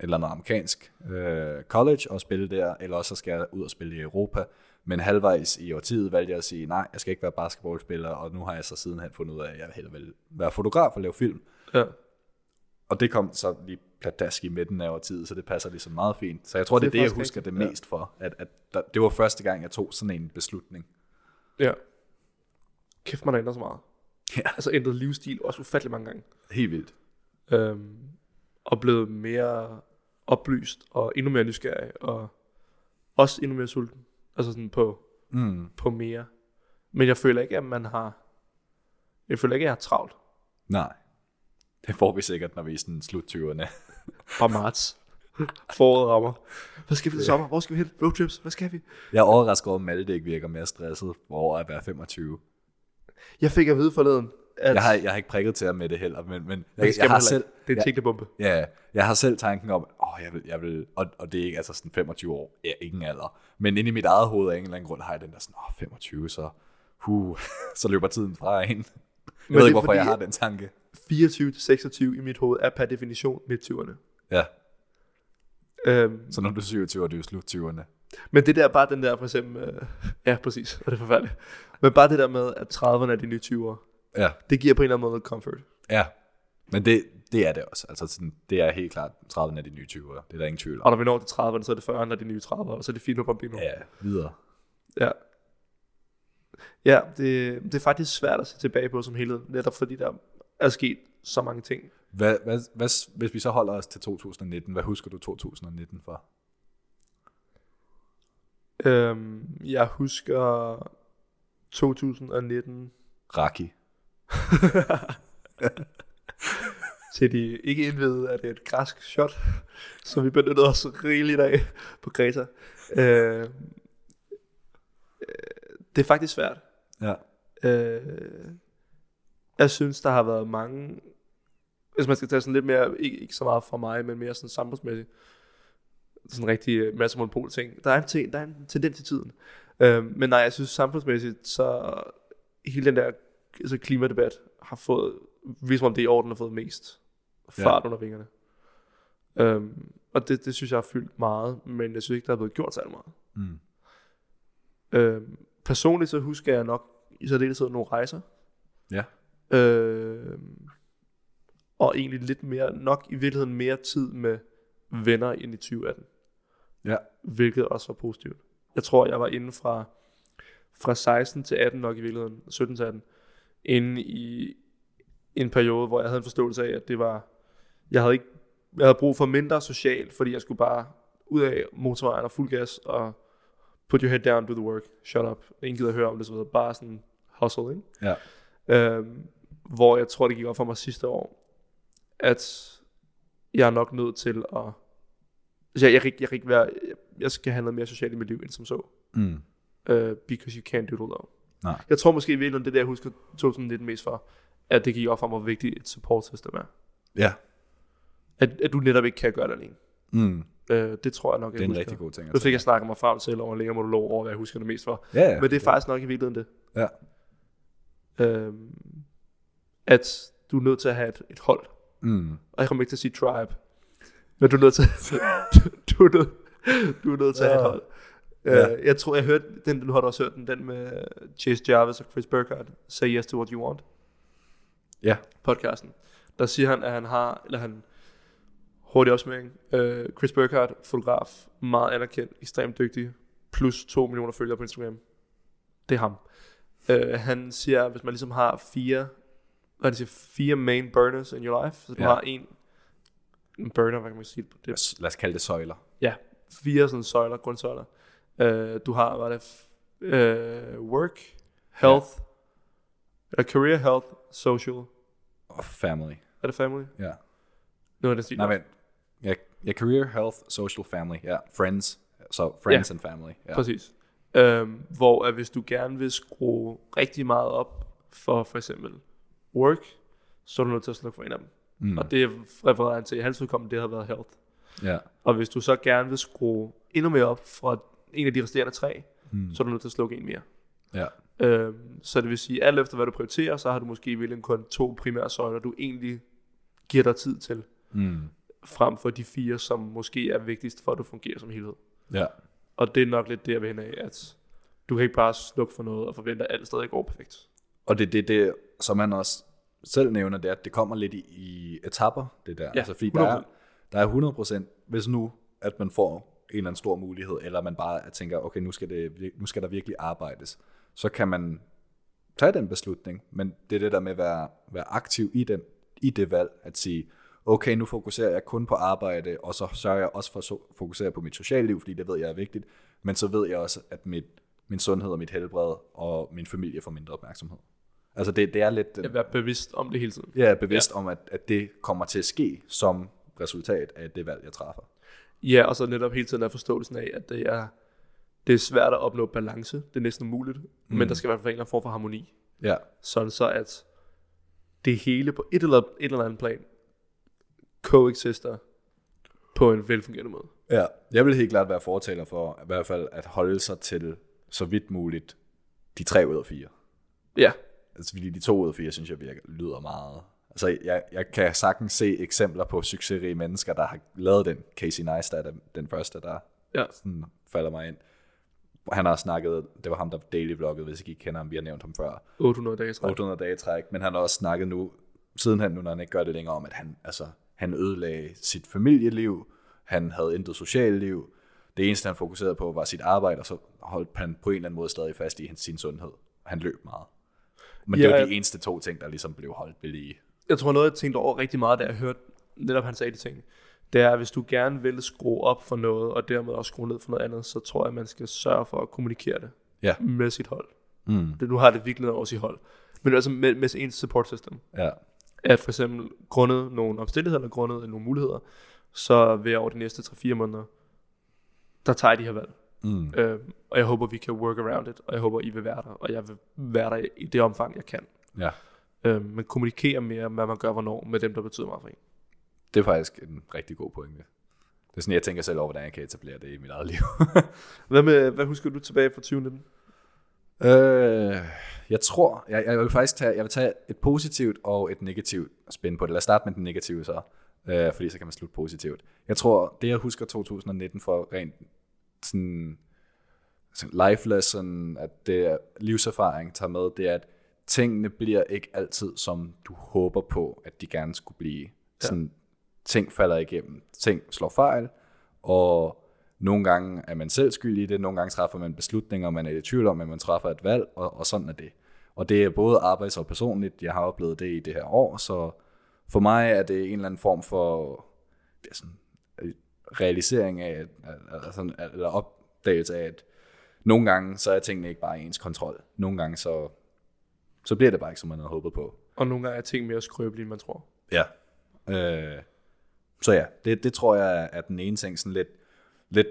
eller andet amerikansk øh, college og spille der, eller også så skal jeg ud og spille i Europa. Men halvvejs i årtiet valgte jeg at sige, nej, jeg skal ikke være basketballspiller, og nu har jeg så sidenhen fundet ud af, at jeg hellere vil være fotograf og lave film.
Ja.
Og det kom så lige pladask i midten af årtiet, så det passer ligesom meget fint. Så jeg tror, det er det,
er
jeg
faktisk
husker det
rigtigt, ja.
mest for, at, at der, det var første gang, jeg tog sådan en beslutning.
ja. Kæft, man har ændret så meget.
Ja.
Altså ændret livsstil også ufattelig mange gange.
Helt vildt.
øhm, og blevet mere oplyst og endnu mere nysgerrig og også endnu mere sulten. Altså sådan på,
Mm.
på mere. Men jeg føler ikke, at man har... Jeg føler ikke, at jeg har travlt
Nej. Det får vi sikkert, når vi er sådan slut 20'erne.
fra marts. Foråret rammer. Hvad skal vi til sommer? Hvor skal vi hen? Roadtrips? Hvad skal vi?
Jeg er overrasket over, at Malte ikke virker mere stresset over at være 25.
Jeg fik at vide forleden, at...
Jeg har, jeg har ikke prikket til ham med det heller, men, men
det
jeg,
skal
jeg,
man
har
heller
selv,
ikke. Det er en tænkebombe.
ja, jeg har selv tanken om, åh, jeg vil, jeg vil, og, og det er ikke altså sådan 25 år, ja, ingen alder, men inde i mit eget hoved af en eller anden grund har jeg den der sådan, åh, 25, så, huh, så løber tiden fra en. Jeg men
det
ved
er
ikke,
fordi-
hvorfor fordi... jeg har den tanke.
24-26 i mit hoved er per definition midt 20'erne.
Ja,
Øhm,
så når du er 27, og det er jo slut 20'erne.
Men det der, bare den der, for eksempel, øh, ja, præcis, og det er forfærdeligt. Men bare det der med, at 30'erne er de nye 20'ere,
Ja,
det giver på en eller anden måde noget comfort.
ja. Men det, det er det også. Altså, sådan, det er helt klart 30'erne er de nye 20'ere. Det er der ingen tvivl om.
Og når vi når til 30'erne, så er det 40'erne, der er de nye 30'ere, og så er det fint på Bambino.
Ja, videre.
Ja. Ja, det, det er faktisk svært at se tilbage på som helhed, netop fordi der er sket så mange ting.
Hvad, hvad, hvad, hvis vi så holder os til 2019, hvad husker du 2019 for?
Øhm, jeg husker 2019
Raki.
til de ikke indvede, at det er et græsk shot, som vi benyttede os rigeligt af på Kreta. Øh, øh, det er faktisk svært.
Ja.
Øh, jeg synes, der har været mange... Hvis man skal tage sådan lidt mere, ikke, ikke så meget fra mig, men mere sådan samfundsmæssigt, sådan rigtig øh, masse monopol ting. Der er en, ting, der er en tendens i tiden. Øh, men nej, jeg synes samfundsmæssigt, så hele den der altså klimadebat har fået, ligesom om det i orden har fået mest fart ja. under vingerne. Øhm, og det, det synes jeg har fyldt meget, men jeg synes ikke, der er blevet gjort særlig meget.
Mm.
Øhm, personligt så husker jeg nok i særdeleshed nogle rejser,
Ja.
Øh, og egentlig lidt mere, nok i virkeligheden mere tid med venner end i 2018,
Ja.
hvilket også var positivt. Jeg tror, jeg var inde fra, fra 16 til 18 nok i virkeligheden, 17 til 18, inde i en periode, hvor jeg havde en forståelse af, at det var, jeg havde ikke, jeg havde brug for mindre socialt, fordi jeg skulle bare ud af motorvejen og fuld gas og put your head down, do the work, shut up, ingen gider høre om det, så videre. bare sådan hustle, ikke?
Ja.
øh, hvor jeg tror, det gik op for mig sidste år, at jeg er nok nødt til at... Altså, jeg, jeg, kan ikke- jeg, kan ikke være, jeg, jeg skal have noget mere socialt i mit liv, end som så.
Mm.
Uh, because you can't do it alone.
Nej.
Jeg tror måske i virkeligheden, det er det, jeg husker 2019 mest for, at det gik op for mig, hvor vigtigt et support system er.
Ja.
At, at du netop ikke kan gøre det alene.
Mm.
Uh, det tror jeg nok, jeg
Det er en
husker.
rigtig god ting.
Nu
at
fik jeg snakket mig frem til over en længere monolog over, hvad jeg husker det mest for.
tage. Ja, ja.
Men det er faktisk nok i virkeligheden det.
Ja.
Øhm, at du er nødt til at have et, et hold.
Mm.
Og jeg kommer ikke til at sige tribe. Men du er nødt til, du, er nødt, du er nødt til at have et hold.
Ja.
Øh, jeg tror, jeg hørte den, du har da også hørt den, den med Chase Jarvis og Chris Burkhardt, Say Yes to What You Want
Ja.
podcasten, der siger han, at han har, eller han, hurtig opsmæring, øh, Chris Burkhardt, fotograf, meget anerkendt, ekstremt dygtig, plus 2 millioner følgere på Instagram. Det er ham. Øh, han siger, at hvis man ligesom har fire, hvad er det siger, fire main burners in your life, så du
Ja.
ja. har en, en burner, hvad kan man sige det?
Lad os- Lad os kalde det søjler.
Ja, fire sådan søjler, grundsøjler. Øh, du har, hvad er det, øh, work, health, ja. eller career health, social,
Og family.
er det family?
Ja.
Noget af den stil.
Nej, vent. Ja, ja, career, health, social, family. Ja, friends. Så friends and family. Ja.
Præcis. Øhm, hvor at hvis du gerne vil skrue rigtig meget op for for eksempel work, så er du nødt til at slukke for en af dem.
Mm.
Mm. Og det refererer han til i hans udkommende, det har været health.
Ja.
Og hvis du så gerne vil skrue endnu mere op fra en af de resterende tre,
Mm.
så er du nødt til at slukke en mere.
Ja.
Øhm, så det vil sige, alt efter hvad du prioriterer, så har du måske i virkeligheden kun to primære søjler, du egentlig giver dig tid til,
Mm.
frem for de fire, som måske er vigtigst for, at du fungerer som helhed.
Ja.
Og det er nok lidt der ved af, at du kan ikke bare slukke for noget og forvente, at alt stadig går perfekt.
Og det er det, det, som man også selv nævner, det er, at det kommer lidt i, i etapper, det der.
Ja,
altså, fordi der er,
100%.
der er 100%, hvis nu, at man får en eller anden stor mulighed, eller man bare tænker, okay, nu skal, det, vir- nu skal der virkelig arbejdes, så kan man tage den beslutning, men det er det der med at være, være aktiv i, den, i det valg, at sige, okay, nu fokuserer jeg kun på arbejde, og så sørger jeg også for at so- fokusere på mit sociale liv, fordi det ved jeg er vigtigt, men så ved jeg også, at mit, min sundhed og mit helbred og min familie får mindre opmærksomhed. Altså det, det er lidt den,
At være bevidst om det hele tiden.
jeg er bevidst ja. om, at, at det kommer til at ske som resultat af det valg, jeg træffer.
Ja, og så netop hele tiden er forståelsen af, at det er, det er svært at opnå balance. Det er næsten umuligt. Mm. Men der skal i hvert fald være en eller anden form for harmoni.
Ja,
Sådan så, at det hele på et eller, et eller andet plan coexister på en velfungerende måde.
Ja, jeg vil helt klart være fortaler for i hvert fald at holde sig til så vidt muligt de tre ud af fire.
Ja,
Altså fordi de to ud af fire, synes jeg virker, lyder meget. Altså jeg, jeg kan sagtens se eksempler på succesrige mennesker, der har lavet den. Casey Neistat er den første, der
Ja.
sådan falder mig ind. Han har snakket, det var ham, der daily vloggede, hvis I ikke kender ham, vi har nævnt ham før,
800 dage træk.
800 dage i træk, men han har også snakket nu, siden han nu, når han ikke gør det længere, om at han, altså, han ødelagde sit familieliv, han havde intet socialt liv, det eneste han fokuserede på var sit arbejde, og så holdt han på en eller anden måde stadig fast i hans, sin sundhed. Han løb meget. Men ja, det
Ja,
var de
ja.
eneste to ting, der ligesom blev holdt ved lige.
Jeg tror noget, jeg tænkte over rigtig meget, da jeg hørte netop han sagde de ting, det er, at hvis du gerne vil skrue op for noget, og dermed også skrue ned for noget andet, så tror jeg, at man skal sørge for at kommunikere det
Ja.
med sit hold.
Mm.
Det, nu har det virkelig noget over sit hold. Men altså med, med ens support system.
Ja.
At for eksempel grundet nogle omstændigheder, eller grundet nogle muligheder, så vil jeg over de næste 3-4 måneder, der tager jeg de her valg.
Mm.
Øh, og jeg håber, vi kan work around it, og jeg håber, I vil være der, og jeg vil være der i det omfang, jeg kan.
ja.
Øh, men kommunikere mere, hvad man gør, hvornår, med dem, der betyder meget for en.
Det er faktisk en rigtig god pointe. Det er sådan, jeg tænker selv over, hvordan jeg kan etablere det i mit eget liv.
Hvad, med, hvad husker du tilbage fra 2019?
Øh, jeg tror, jeg, jeg vil faktisk tage, jeg vil tage et positivt og et negativt spin på det. Lad os starte med den negative så, øh, fordi så kan man slutte positivt. Jeg tror, det jeg husker 2019 for rent sådan, sådan life lesson, at det er livserfaring tager med, det er, at tingene bliver ikke altid, som du håber på, at de gerne skulle blive. Sådan, Ting falder igennem, ting slår fejl, og nogle gange er man selv skyld i det, nogle gange træffer man beslutninger, man er i tvivl om, at man træffer et valg, og, og sådan er det. Og det er både arbejds- og personligt, jeg har oplevet det i det her år, så for mig er det en eller anden form for det er sådan, øh, realisering af, at- at- at- sådan- at- eller opdagelse af, at nogle gange, så er tingene ikke bare i ens kontrol. Nogle gange, så, så bliver det bare ikke, som man havde håbet på.
Og nogle gange er ting mere skrøbelige, end man tror.
Ja. Øh, så ja, det, det tror jeg er den ene ting sådan lidt, lidt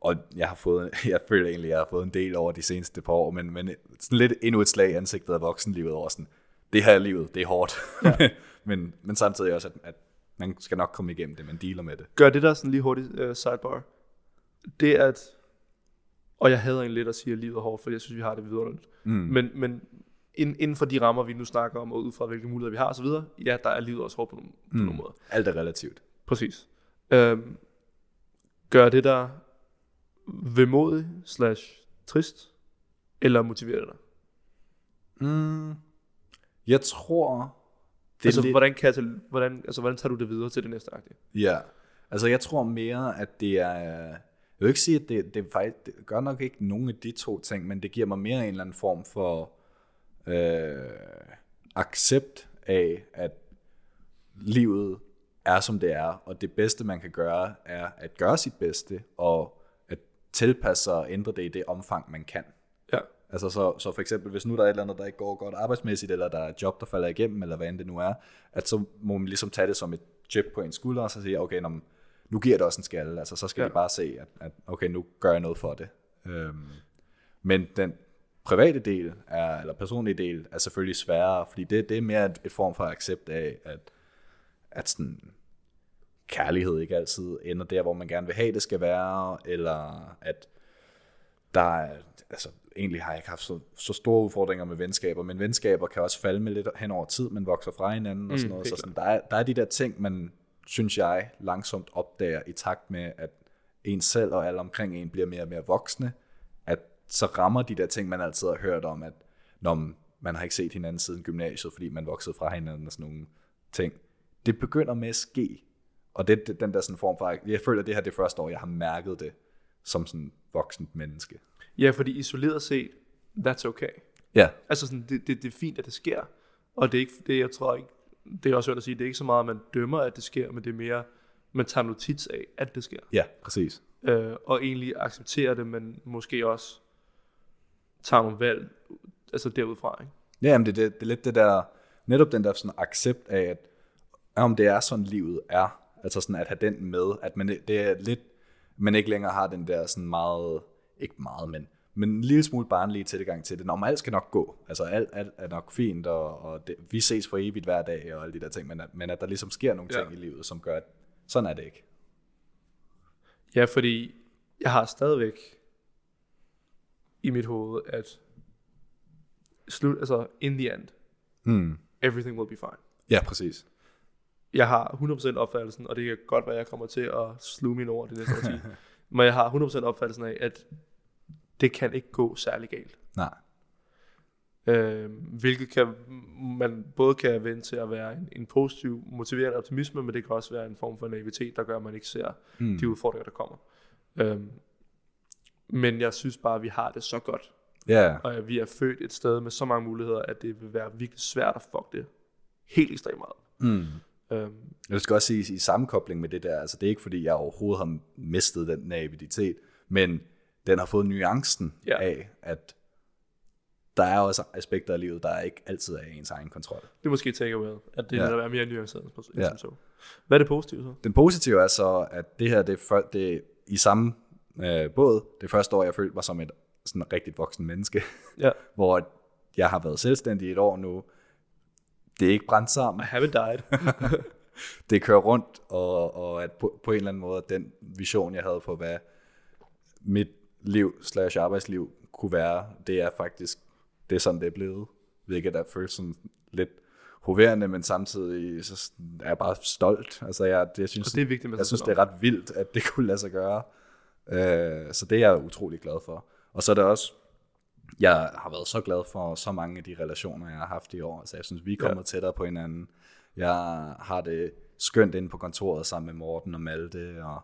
og jeg har fået, jeg føler egentlig, jeg har fået en del over de seneste par år, men, men sådan lidt endnu et slag i ansigtet af voksenlivet over sådan, det her er livet, det er hårdt. Ja. men, men samtidig også, at, at man skal nok komme igennem det, man dealer med det.
Gør det der sådan lige hurtigt uh, sidebar. Det at, og jeg hader egentlig lidt at sige, at livet er hårdt, for jeg synes, vi har det vidunderligt. Mm. Men, men ind, inden for de rammer, vi nu snakker om, og ud fra hvilke muligheder vi har osv., ja, der er livet også hårdt på nogle, mm. på nogle måder.
Alt er relativt.
Præcis. Øhm, gør det dig vemodig slash trist, eller motiverer det dig?
Mm. Jeg tror...
Det altså, lidt... hvordan, kan jeg, hvordan, altså, hvordan tager du det videre til det næste aktie?
Ja, altså jeg tror mere, at det er... Jeg vil ikke sige, at det, det, er faktisk, det gør nok ikke nogen af de to ting, men det giver mig mere en eller anden form for øh, accept af, at livet er, som det er, og det bedste, man kan gøre, er at gøre sit bedste, og at tilpasse sig og ændre det i det omfang, man kan.
Ja.
Altså så, så for eksempel, hvis nu der er et eller andet, der ikke går godt arbejdsmæssigt, eller der er et job, der falder igennem, eller hvad end det nu er, at så må man ligesom tage det som et chip på en skulder, og så sige, okay, nå, men nu giver det også en skalle. Altså så skal ja. de bare se, at, at okay, nu gør jeg noget for det. Øhm, men den private del, er, eller personlige del, er selvfølgelig sværere, fordi det, det er mere et, et form for accept af, at, at sådan, kærlighed ikke altid ender der, hvor man gerne vil have, det skal være, eller at der er, altså egentlig har jeg ikke haft så, så store udfordringer med venskaber, men venskaber kan også falde med lidt hen over tid, man vokser fra hinanden og sådan noget,
det
så
er
sådan, der, er, der er de der ting, man, synes jeg, langsomt opdager i takt med, at en selv og alle omkring en bliver mere og mere voksne, at så rammer de der ting, man altid har hørt om, at når man har ikke set hinanden siden gymnasiet, fordi man voksede fra hinanden og sådan nogle ting. Det begynder med at ske, og det er den der sådan form for, jeg føler, at det her er det første år, jeg har mærket det som sådan voksent menneske.
Ja, fordi isoleret set, that's okay.
Ja.
Altså, sådan, det, det, det er fint, at det sker, og det er ikke, det, jeg tror ikke, det er også svært at sige, det er ikke så meget, at man dømmer, at det sker, men det er mere, man tager notits af, at det sker.
Ja, præcis.
øh, og egentlig accepterer det, men måske også tager nogle valg altså derudfra. Ikke?
Ja, jamen det, det, det er lidt det der, netop den der sådan accept af, at om det er sådan livet er, altså sådan at have den med, at man, det er lidt, man ikke længere har den der sådan meget, ikke meget, men, men en lille smule barnlige tilgang til det, når alt skal nok gå, altså alt, alt er nok fint, og, og det, vi ses for evigt hver dag, og alle de der ting, men at, men at der ligesom sker nogle ting
Ja.
i livet, som gør, at sådan er det ikke.
Ja, fordi jeg har stadigvæk i mit hoved, at slut, altså in the end,
Mm.
everything will be fine.
Ja, præcis.
Jeg har 100% opfattelsen, og det kan godt være, at jeg kommer til at sluge mine ord det næste årti, Men jeg har 100% opfattelsen af, at det kan ikke gå særlig galt.
Nej.
Øh, hvilket kan, man både kan vende til at være en, en positiv, motiverende optimisme, men det kan også være en form for naivitet, der gør, at man ikke ser
Mm.
de udfordringer, der kommer. Øh, men jeg synes bare, at vi har det så godt,
Ja,
og at vi er født et sted med så mange muligheder, at det vil være virkelig svært at fuck det helt ekstremt meget.
mm.
Øhm,
Jeg skal også sige, i sammenkobling med det der, altså det er ikke fordi, jeg overhovedet har mistet den naivitet, men den har fået nuancen
Ja.
ja. af, at der er også aspekter af livet, der ikke altid er i ens egen kontrol.
det er måske takeaway, at det
Ja.
ja. er mere nuanceret end som
Ja.
så. Hvad er det positive så?
Den positive er så, at det her, det er, for, det er i samme øh, båd, det første år, jeg følte mig som et sådan rigtigt voksen menneske,
Ja.
hvor jeg har været selvstændig i et år nu. Det er ikke brændt sammen.
I haven't died.
det kører rundt, og, og at på, på en eller anden måde, at den vision, jeg havde for, hvad mit liv slash arbejdsliv kunne være, det er faktisk, det er sådan, det er blevet, hvilket er føles sådan lidt hoverende, men samtidig så sådan er jeg bare stolt. Altså, jeg, det, jeg synes,
Og det er vigtigt med sig
jeg synes,
selv
det er ret vildt, at det kunne lade sig gøre. Øh, så det er jeg utrolig glad for. Og så er det også, jeg har været så glad for så mange af de relationer, jeg har haft i år. Altså, jeg synes, vi er kommet ja. tættere på hinanden. Jeg har det skønt inde på kontoret sammen med Morten og Malte, og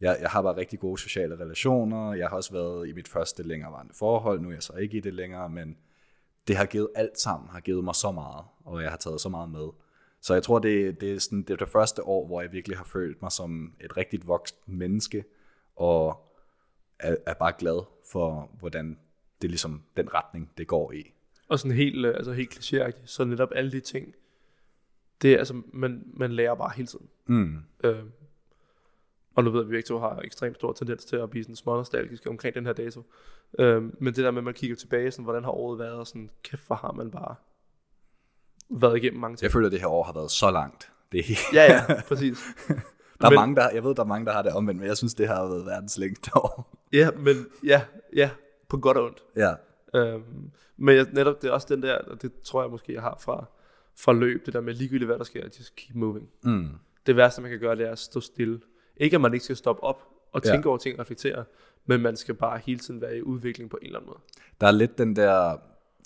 jeg, jeg har bare rigtig gode sociale relationer. Jeg har også været i mit første længerevarende forhold. Nu er jeg så ikke i det længere, men det har givet alt sammen, har givet mig så meget, og jeg har taget så meget med. Så jeg tror, det, det, er sådan, det er det første år, hvor jeg virkelig har følt mig som et rigtigt vokst menneske, og er, er bare glad for, hvordan det er ligesom den retning, det går i.
Og sådan helt, øh, altså helt klichéagtigt, så netop alle de ting, det er altså, man, man lærer bare hele tiden.
Mm.
Øh, og nu ved jeg, at vi begge to har ekstremt stor tendens til at blive sådan smånostalgiske omkring den her dato. Øh, men det der med, at man kigger tilbage, sådan, hvordan har året været, og sådan, kæft, hvor har man bare været igennem mange ting.
Jeg føler, at det her år har været så langt. Det er, helt-
Ja, ja, præcis.
der er
Men-
mange, der, jeg ved, der er mange, der har det omvendt, men jeg synes, det har været verdens længste år.
Ja, men ja, ja, på godt og ondt.
ja.
Øhm, men jeg, netop det er også den der, og det tror jeg måske, jeg har fra, fra løb, det der med ligegyldigt, hvad der sker, just keep moving.
Mm.
Det værste, man kan gøre, det er at stå stille. Ikke at man ikke skal stoppe op og
Ja.
tænke over ting og reflektere, men man skal bare hele tiden være i udvikling på en eller anden måde.
Der er lidt den der,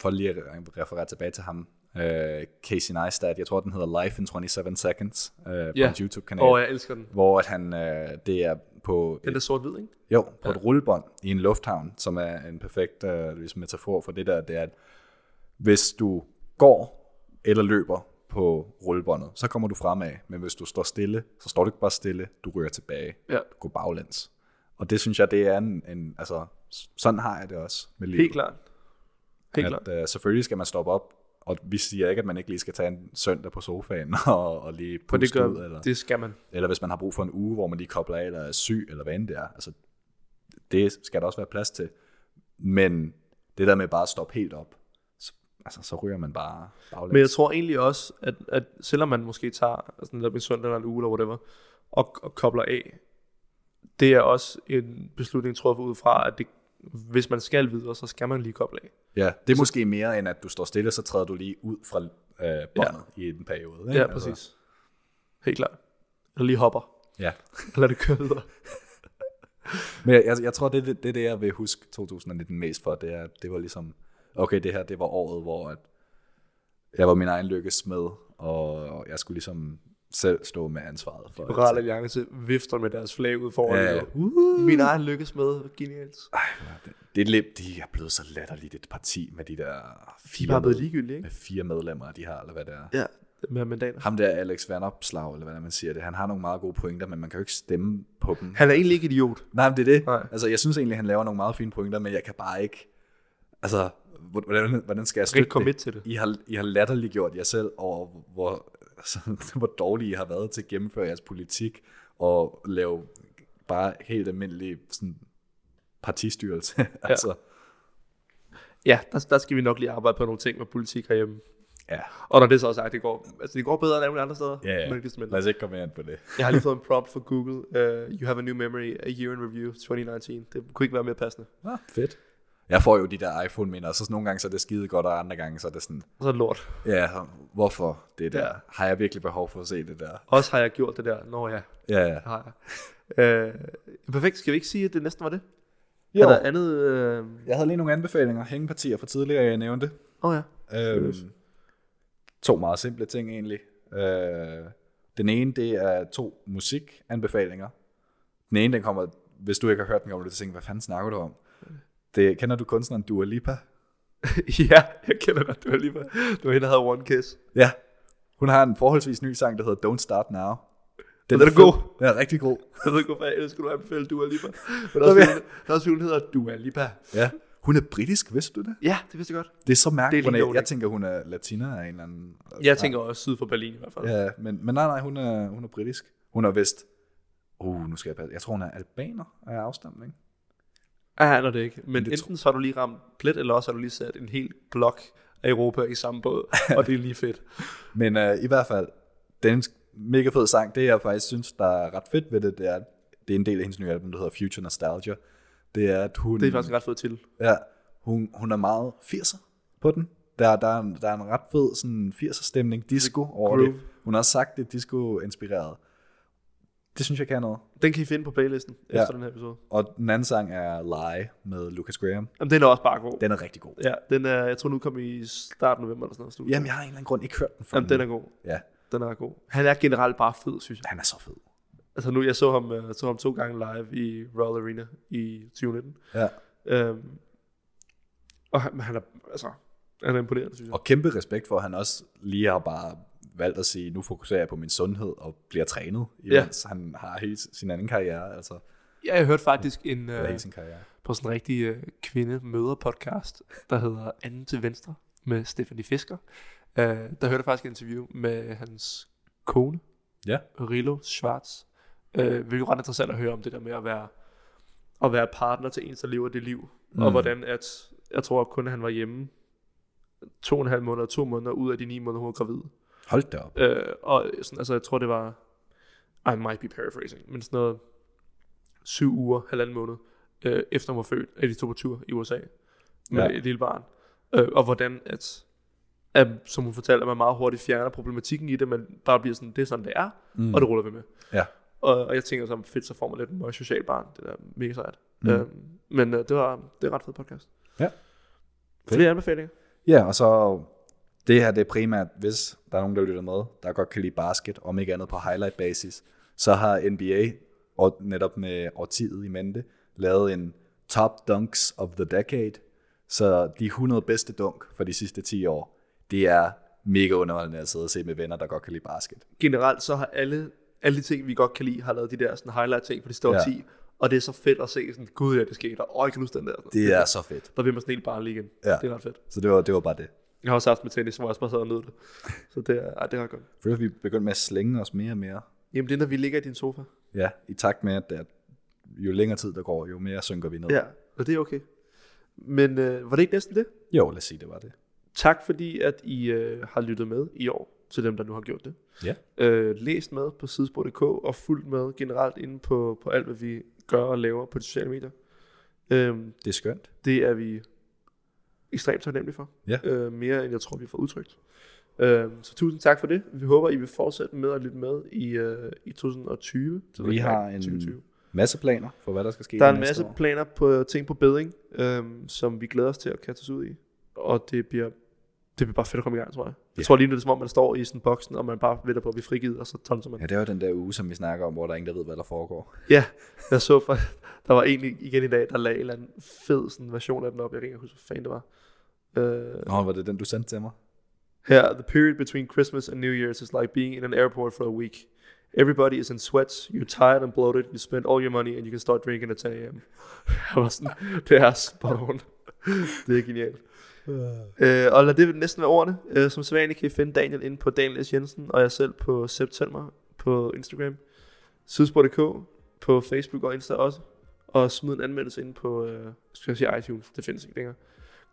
for lige at referere tilbage til ham, øh, Casey Neistat, jeg tror, den hedder Life in 27 Seconds øh, på
Ja.
hans YouTube-kanal.
Og jeg elsker den.
hvor at han, øh, det er på,
Den der sort-hvid, ikke?
jo, på ja. et rullebånd i en lufthavn, som er en perfekt øh, ligesom metafor for det der, det er, at hvis du går eller løber på rullebåndet, så kommer du fremad, men hvis du står stille, så står du ikke bare stille, du rører tilbage,
Ja.
du går baglæns. Og det synes jeg, det er en, en altså, s- sådan har jeg det også med livet.
Helt klart. Helt klart.
at, øh, selvfølgelig skal man stoppe op, og vi siger ikke, at man ikke lige skal tage en søndag på sofaen og, og lige
For
puste
det
ud.
gør,
Eller
det skal man.
eller hvis man har brug for en uge, hvor man lige kobler af, eller er syg, eller hvad end det er. Altså, det skal der også være plads til. Men det der med bare at stoppe helt op, så, altså, så ryger man bare baglæns.
Men jeg tror egentlig også, at, at selvom man måske tager altså netop en søndag eller en uge eller whatever, og, og kobler af, det er også en beslutning truffet ud fra, at det, hvis man skal videre, så skal man lige koble af.
ja, det er måske mere end, at du står stille, så træder du lige ud fra øh, båndet ja. i en periode. Altså,
Ja, præcis. Helt klart. Eller lige hopper.
Ja.
Eller det kører videre.
Men jeg, jeg, jeg tror, det er det, det, er det, jeg vil huske 2019 mest for. Det, er, at det var ligesom, okay, det her det var året, hvor at jeg var min egen lykkesmed, og jeg skulle ligesom selv stå med ansvaret. For
Liberal Alliance vifter med deres flag ud foran.
Ja.
Ja. Uh, min egen lykkes med. Genialt.
Ej, hvor er det, det er lidt, de er blevet så latterligt et parti med de der
De er
fire,
bare blevet
med,
ligegyldige, ikke?
med fire medlemmer, de har, eller hvad det er.
Ja. Med mandater.
Ham der Alex Van Opslag, eller hvad man siger det, han har nogle meget gode pointer, men man kan jo ikke stemme på dem.
Han er egentlig ikke idiot.
Nej, men det er det.
Nej.
Altså, jeg synes egentlig, han laver nogle meget fine pointer, men jeg kan bare ikke... Altså, hvordan, hvordan skal jeg
Rigtig
støtte
commit
det?
til det.
I har, I har latterliggjort jer selv over, hvor, altså, hvor dårlige I har været til at gennemføre jeres politik og lave bare helt almindelig sådan, partistyrelse. Ja. altså,
Ja, der, der skal vi nok lige arbejde på nogle ting med politik herhjemme.
ja.
Og når det så er sagt, det går, altså det går bedre end alle mulige andre steder.
Ja, ja.
Men ikke desto mindre.
Lad os ikke komme ind på det.
Jeg har lige fået en prompt fra Google. Uh, you have a new memory, a year in review 2019. Det kunne ikke være mere passende.
Ah, fedt. Jeg får jo de der iPhone-minder, og så sådan nogle gange så er det skide godt, og andre gange så er det sådan,
Og så er det lort.
ja, hvorfor det der?
Ja.
Har jeg virkelig behov for at se det der?
Også har jeg gjort det der. Nå ja,
Ja, ja.
det har jeg. Uh, er perfekt. Skal vi ikke sige, at det næsten var det?
Jo.
Er der andet... øh,
Jeg havde lige nogle anbefalinger. Hængepartier fra tidligere, jeg nævnte.
Åh oh, ja.
Øhm, to meget simple ting egentlig. Øh, den ene, det er to musikanbefalinger. Den ene, den kommer, hvis du ikke har hørt den, kommer du til at tænke, hvad fanden snakker du om? Det, kender du kunstneren Dua Lipa?
ja, jeg kender godt. Det var lige bare... Det var hende, der havde One Kiss.
Ja. Hun har en forholdsvis ny sang, der hedder Don't Start Now.
Den er
fed.
god.
Den er rigtig god.
Jeg ved ikke, hvorfor jeg ellers skulle du anbefale Dua Lipa. Men der er også,
Okay.
en- der er også en, der hedder Dua Lipa.
Ja. Hun er britisk, vidste du det?
Ja, det vidste jeg godt.
Det er så mærkeligt.
Det er
Hun
lige
er,
lovligt.
jeg tænker, hun er latiner af en eller anden...
Jeg tænker også syd for Berlin i hvert fald.
Ja, men, men nej, nej, hun er, hun er britisk. Hun er vist... Uh, nu skal jeg passe. Jeg tror, hun er albaner af afstamning.
Ja, jeg aner det ikke. Men
det
det enten så har du lige ramt plet, eller også har du lige sat en hel blok af Europa i samme båd, og det er lige fedt.
Men øh, i hvert fald, den mega fed sang, det jeg faktisk synes, der er ret fedt ved det, det er, det er en del af hendes nye album, der hedder Future Nostalgia. Det er, at hun,
Det er faktisk en ret fed til.
ja, hun, hun er meget 80'er på den. Der, der, er, en, der er en ret fed sådan 80'er stemning, disco over
groove.
det. Hun har også sagt, det er disco-inspireret. Det synes jeg kan noget.
Den kan I finde på playlisten
Ja.
ja. efter den her episode.
Og den anden sang er Lie med Lucas Graham.
Jamen, den er også bare god. Den.
Den er rigtig god.
Ja, den er, jeg tror nu kom i starten af november eller sådan noget.
Jamen, jeg har af en eller anden grund ikke hørt den før.
Jamen, den er god.
Ja,
Den er god. Han er generelt bare fed, synes jeg.
han er så fed.
Altså nu, jeg så ham, øh, så ham to gange live i Royal Arena i 2019.
Ja.
Øhm, og han, han er, altså, han er imponerende, synes jeg.
Og kæmpe respekt for, at han også lige har bare valgt at sige, nu fokuserer jeg på min sundhed og bliver trænet, imens ja. han har hele sin anden karriere, altså
Ja, jeg hørte faktisk en,
ja.
øh,
hele sin karriere.
på sådan en rigtig øh, kvinde-møder-podcast, der hedder Anden til Venstre med Stephanie Fisker. Øh, der hørte jeg faktisk et interview med hans kone,
Ja.
Rilo Schwartz, øh, hvilket er ret interessant at høre om det der med at være, at være partner til en, der lever det liv, mm. og
Mm.
hvordan at, jeg tror kun, at han var hjemme to og en halv måneder, to måneder ud af de ni måneder, hun var gravid.
Hold da op.
Øh, og sådan, altså, jeg tror, det var... I might be paraphrasing, men sådan noget syv uger, halvanden måned, øh, efter hun var født, at de tog på tur i USA med
Ja.
ja. et lille barn. Øh, og hvordan, at, at, som hun fortalte, at man meget hurtigt fjerner problematikken i det, men bare bliver sådan, det er sådan, det er, mm. og det ruller vi med.
Ja.
Og, og jeg tænker så, fedt, så får man lidt en social barn. Det er da mega sejt.
Mm.
Mm. Øh, men øh, det var det er ret fed podcast.
Ja.
Flere anbefalinger?
Ja, og så det her, det er primært, hvis der er nogen, der lytter med, der godt kan lide basket, om ikke andet på highlight basis, så har NBA, og netop med årtiet i mente, lavet en Top Dunks of the Decade, så de 100 bedste dunk for de sidste 10 år, det er mega underholdende at sidde og se med venner, der godt kan lide basket.
generelt så har alle, alle de ting, vi godt kan lide, har lavet de der sådan, highlight-ting for de står
Ja.
ja. 10. Og det er så fedt at se sådan, gud ja, det skete, og øj, kan du huske den der?
Det er så fedt.
Der vil man sådan helt bare lige igen.
Ja.
Det er ret fedt.
Så det var, det var bare det.
Jeg har også haft med tennis, hvor jeg også bare sad og nød det. Så det er, ej, det er ret godt.
For vi begyndte med at slænge os mere og mere.
Jamen det er, når vi ligger i din sofa.
Ja, i takt med, at, at jo længere tid der går, jo mere synker vi ned.
Ja, og det er okay. Men øh, var det ikke næsten det?
Jo, lad os sige, det var det.
Tak fordi, at I øh, har lyttet med i år, til dem, der nu har gjort det.
Ja.
øh, læst med på sidespor.dk og fulgt med generelt inde på, på alt, hvad vi gør og laver på de sociale medier. Øhm,
Det er skønt.
Det er vi ekstremt taknemmelige for.
Ja.
Øh, mere end jeg tror, vi får udtrykt. Øh, så tusind tak for det. Vi håber, I vil fortsætte med at lytte med i, øh, i 2020. Det ved
Vi
jeg
har
ikke,
en
2020.
masse planer for, hvad der skal ske
Der er en
næste
masse
år.
planer på ting på bedring, øh, som vi glæder os til at kaste os ud i. Og det bliver, det bliver bare fedt at komme i gang, tror jeg. Jeg
Ja.
tror lige nu, det er som om, man står i sådan en boksen, og man bare venter på at blive frigivet, og så tonser man.
Ja, det var den der uge, som vi snakker om, hvor der er ingen, der ved, hvad der foregår.
Ja, jeg så for, der var en i- igen i dag, der lagde en eller anden fed sådan, version af den op. Jeg kan ikke huske, hvad fanden det var. Øh,
Nå, var det den, du sendte til mig?
Her, the period between Christmas and New Year's is like being in an airport for a week. Everybody is in sweats, you're tired and bloated, you spend all your money, and you can start drinking at 10 a.m. Jeg var sådan, det er spot on. det er genialt. Øh, og lad det næsten være ordene. Øh, som sædvanligt kan I finde Daniel inde på Daniel S. Jensen, og jeg selv på September på Instagram, sidespor.dk, på Facebook og Insta også. Og smid en anmeldelse ind på, øh, skal jeg sige iTunes, det findes ikke længere.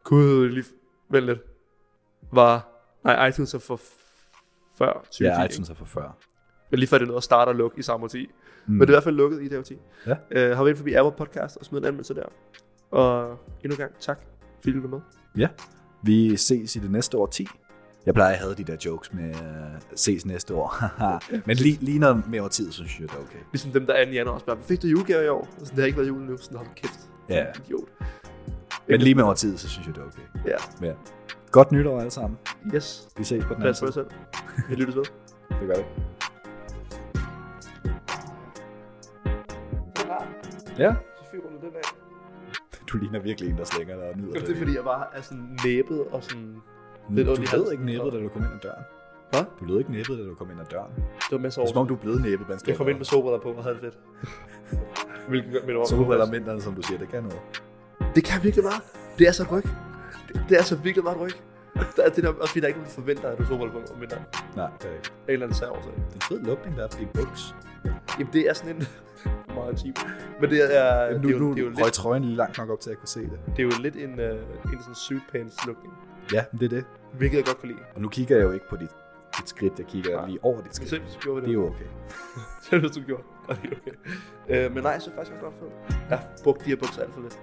Gud, lige vent lidt. Var, nej, iTunes er for f- før 2010.
Ja,
ikke?
iTunes er for før.
Men lige før det nåede at starte og lukke i samme årti. Mm. Men det er i hvert fald lukket i det årti.
Ja.
Øh, har vi ind forbi Apple Podcast og smid en anmeldelse der. Og endnu en gang, tak, fordi du lyttede med.
Ja. Vi ses i det næste år 10. Jeg plejer at have de der jokes med øh, ses næste år. Men lige, lige noget mere over tid, synes jeg, det er okay.
Ligesom dem, der er i januar og spørger, hvad fik du i julegave i år? Og Sådan, det har ikke været jul nu. Sådan, hold kæft.
Ja.
Idiot.
Men lige med over tid, så synes jeg, det er okay.
Ja.
Ja. Godt nytår alle sammen.
Yes.
Vi ses på den anden
Pas på
side.
jer selv. Vi lyttes ved.
Det gør vi. Ja.
Så fyrer du den af.
Du ligner virkelig en, der slænger dig og nyder
Det er fordi, jeg bare er sådan næbet og sådan... lidt
du
ondt i halsen.
lød ikke næbet, da du kom ind ad døren.
Hvad?
Du lød ikke næbet, da du kom ind ad døren. Det
Det var masser
er som om,
over.
du er blevet næbet, mens du
Jeg kom ind med sobriller på og havde det fedt. Hvilket gør mit ord.
solbriller mindre, som du siger, det kan noget.
Det kan virkelig meget. Det er så et ryg. Det, det er så virkelig meget et ryg. Der er det der, også fordi der er ikke nogen, der forventer, at du sover på om vinteren. Af
Nej, det er ikke.
en eller anden særårsag.
Det er en fed lugtning, der er på din buks.
Jamen, det er sådan en meget cheap. Men det er,
Jamen,
det er, jo, det er, jo,
røg
lidt,
trøjen lige langt nok op til, at jeg kunne se det.
det er jo lidt en, uh, en sådan suitpants-lukning.
Ja, men det er det.
Hvilket jeg godt kan lide.
Og nu kigger jeg jo ikke på dit, dit skridt, jeg kigger
Nej.
lige over dit
Men
skridt.
selv hvis du gjorde
Det
det,
er
det
jo okay.
selv hvis du gjorde det, og det er okay. Øh, men nej, jeg synes faktisk også godt for det. Jeg har brugt de her bukser alt for lidt.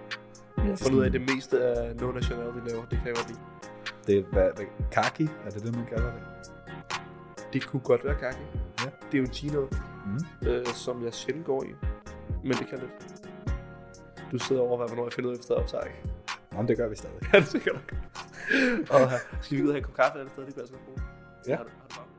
Jeg har fundet ud af, at det meste af No National, de laver, det kan jeg godt lide.
Det er, hvad, hvad, kaki, er det det, man kalder det?
Det kunne godt være kaki.
Ja.
Det er jo en chino,
Mm.
øh, som jeg sjældent går i. Men det kan lidt. Du sidder over, hvad, hvornår jeg finder ud af, efter optager, ikke?
Jamen, det gør vi stadig.
øh, Ja, det er sikkert. Og skal vi ud og have en kop kaffe et andet sted? Det kunne jeg så godt bruge.
Ja.
Har du, har du varmt?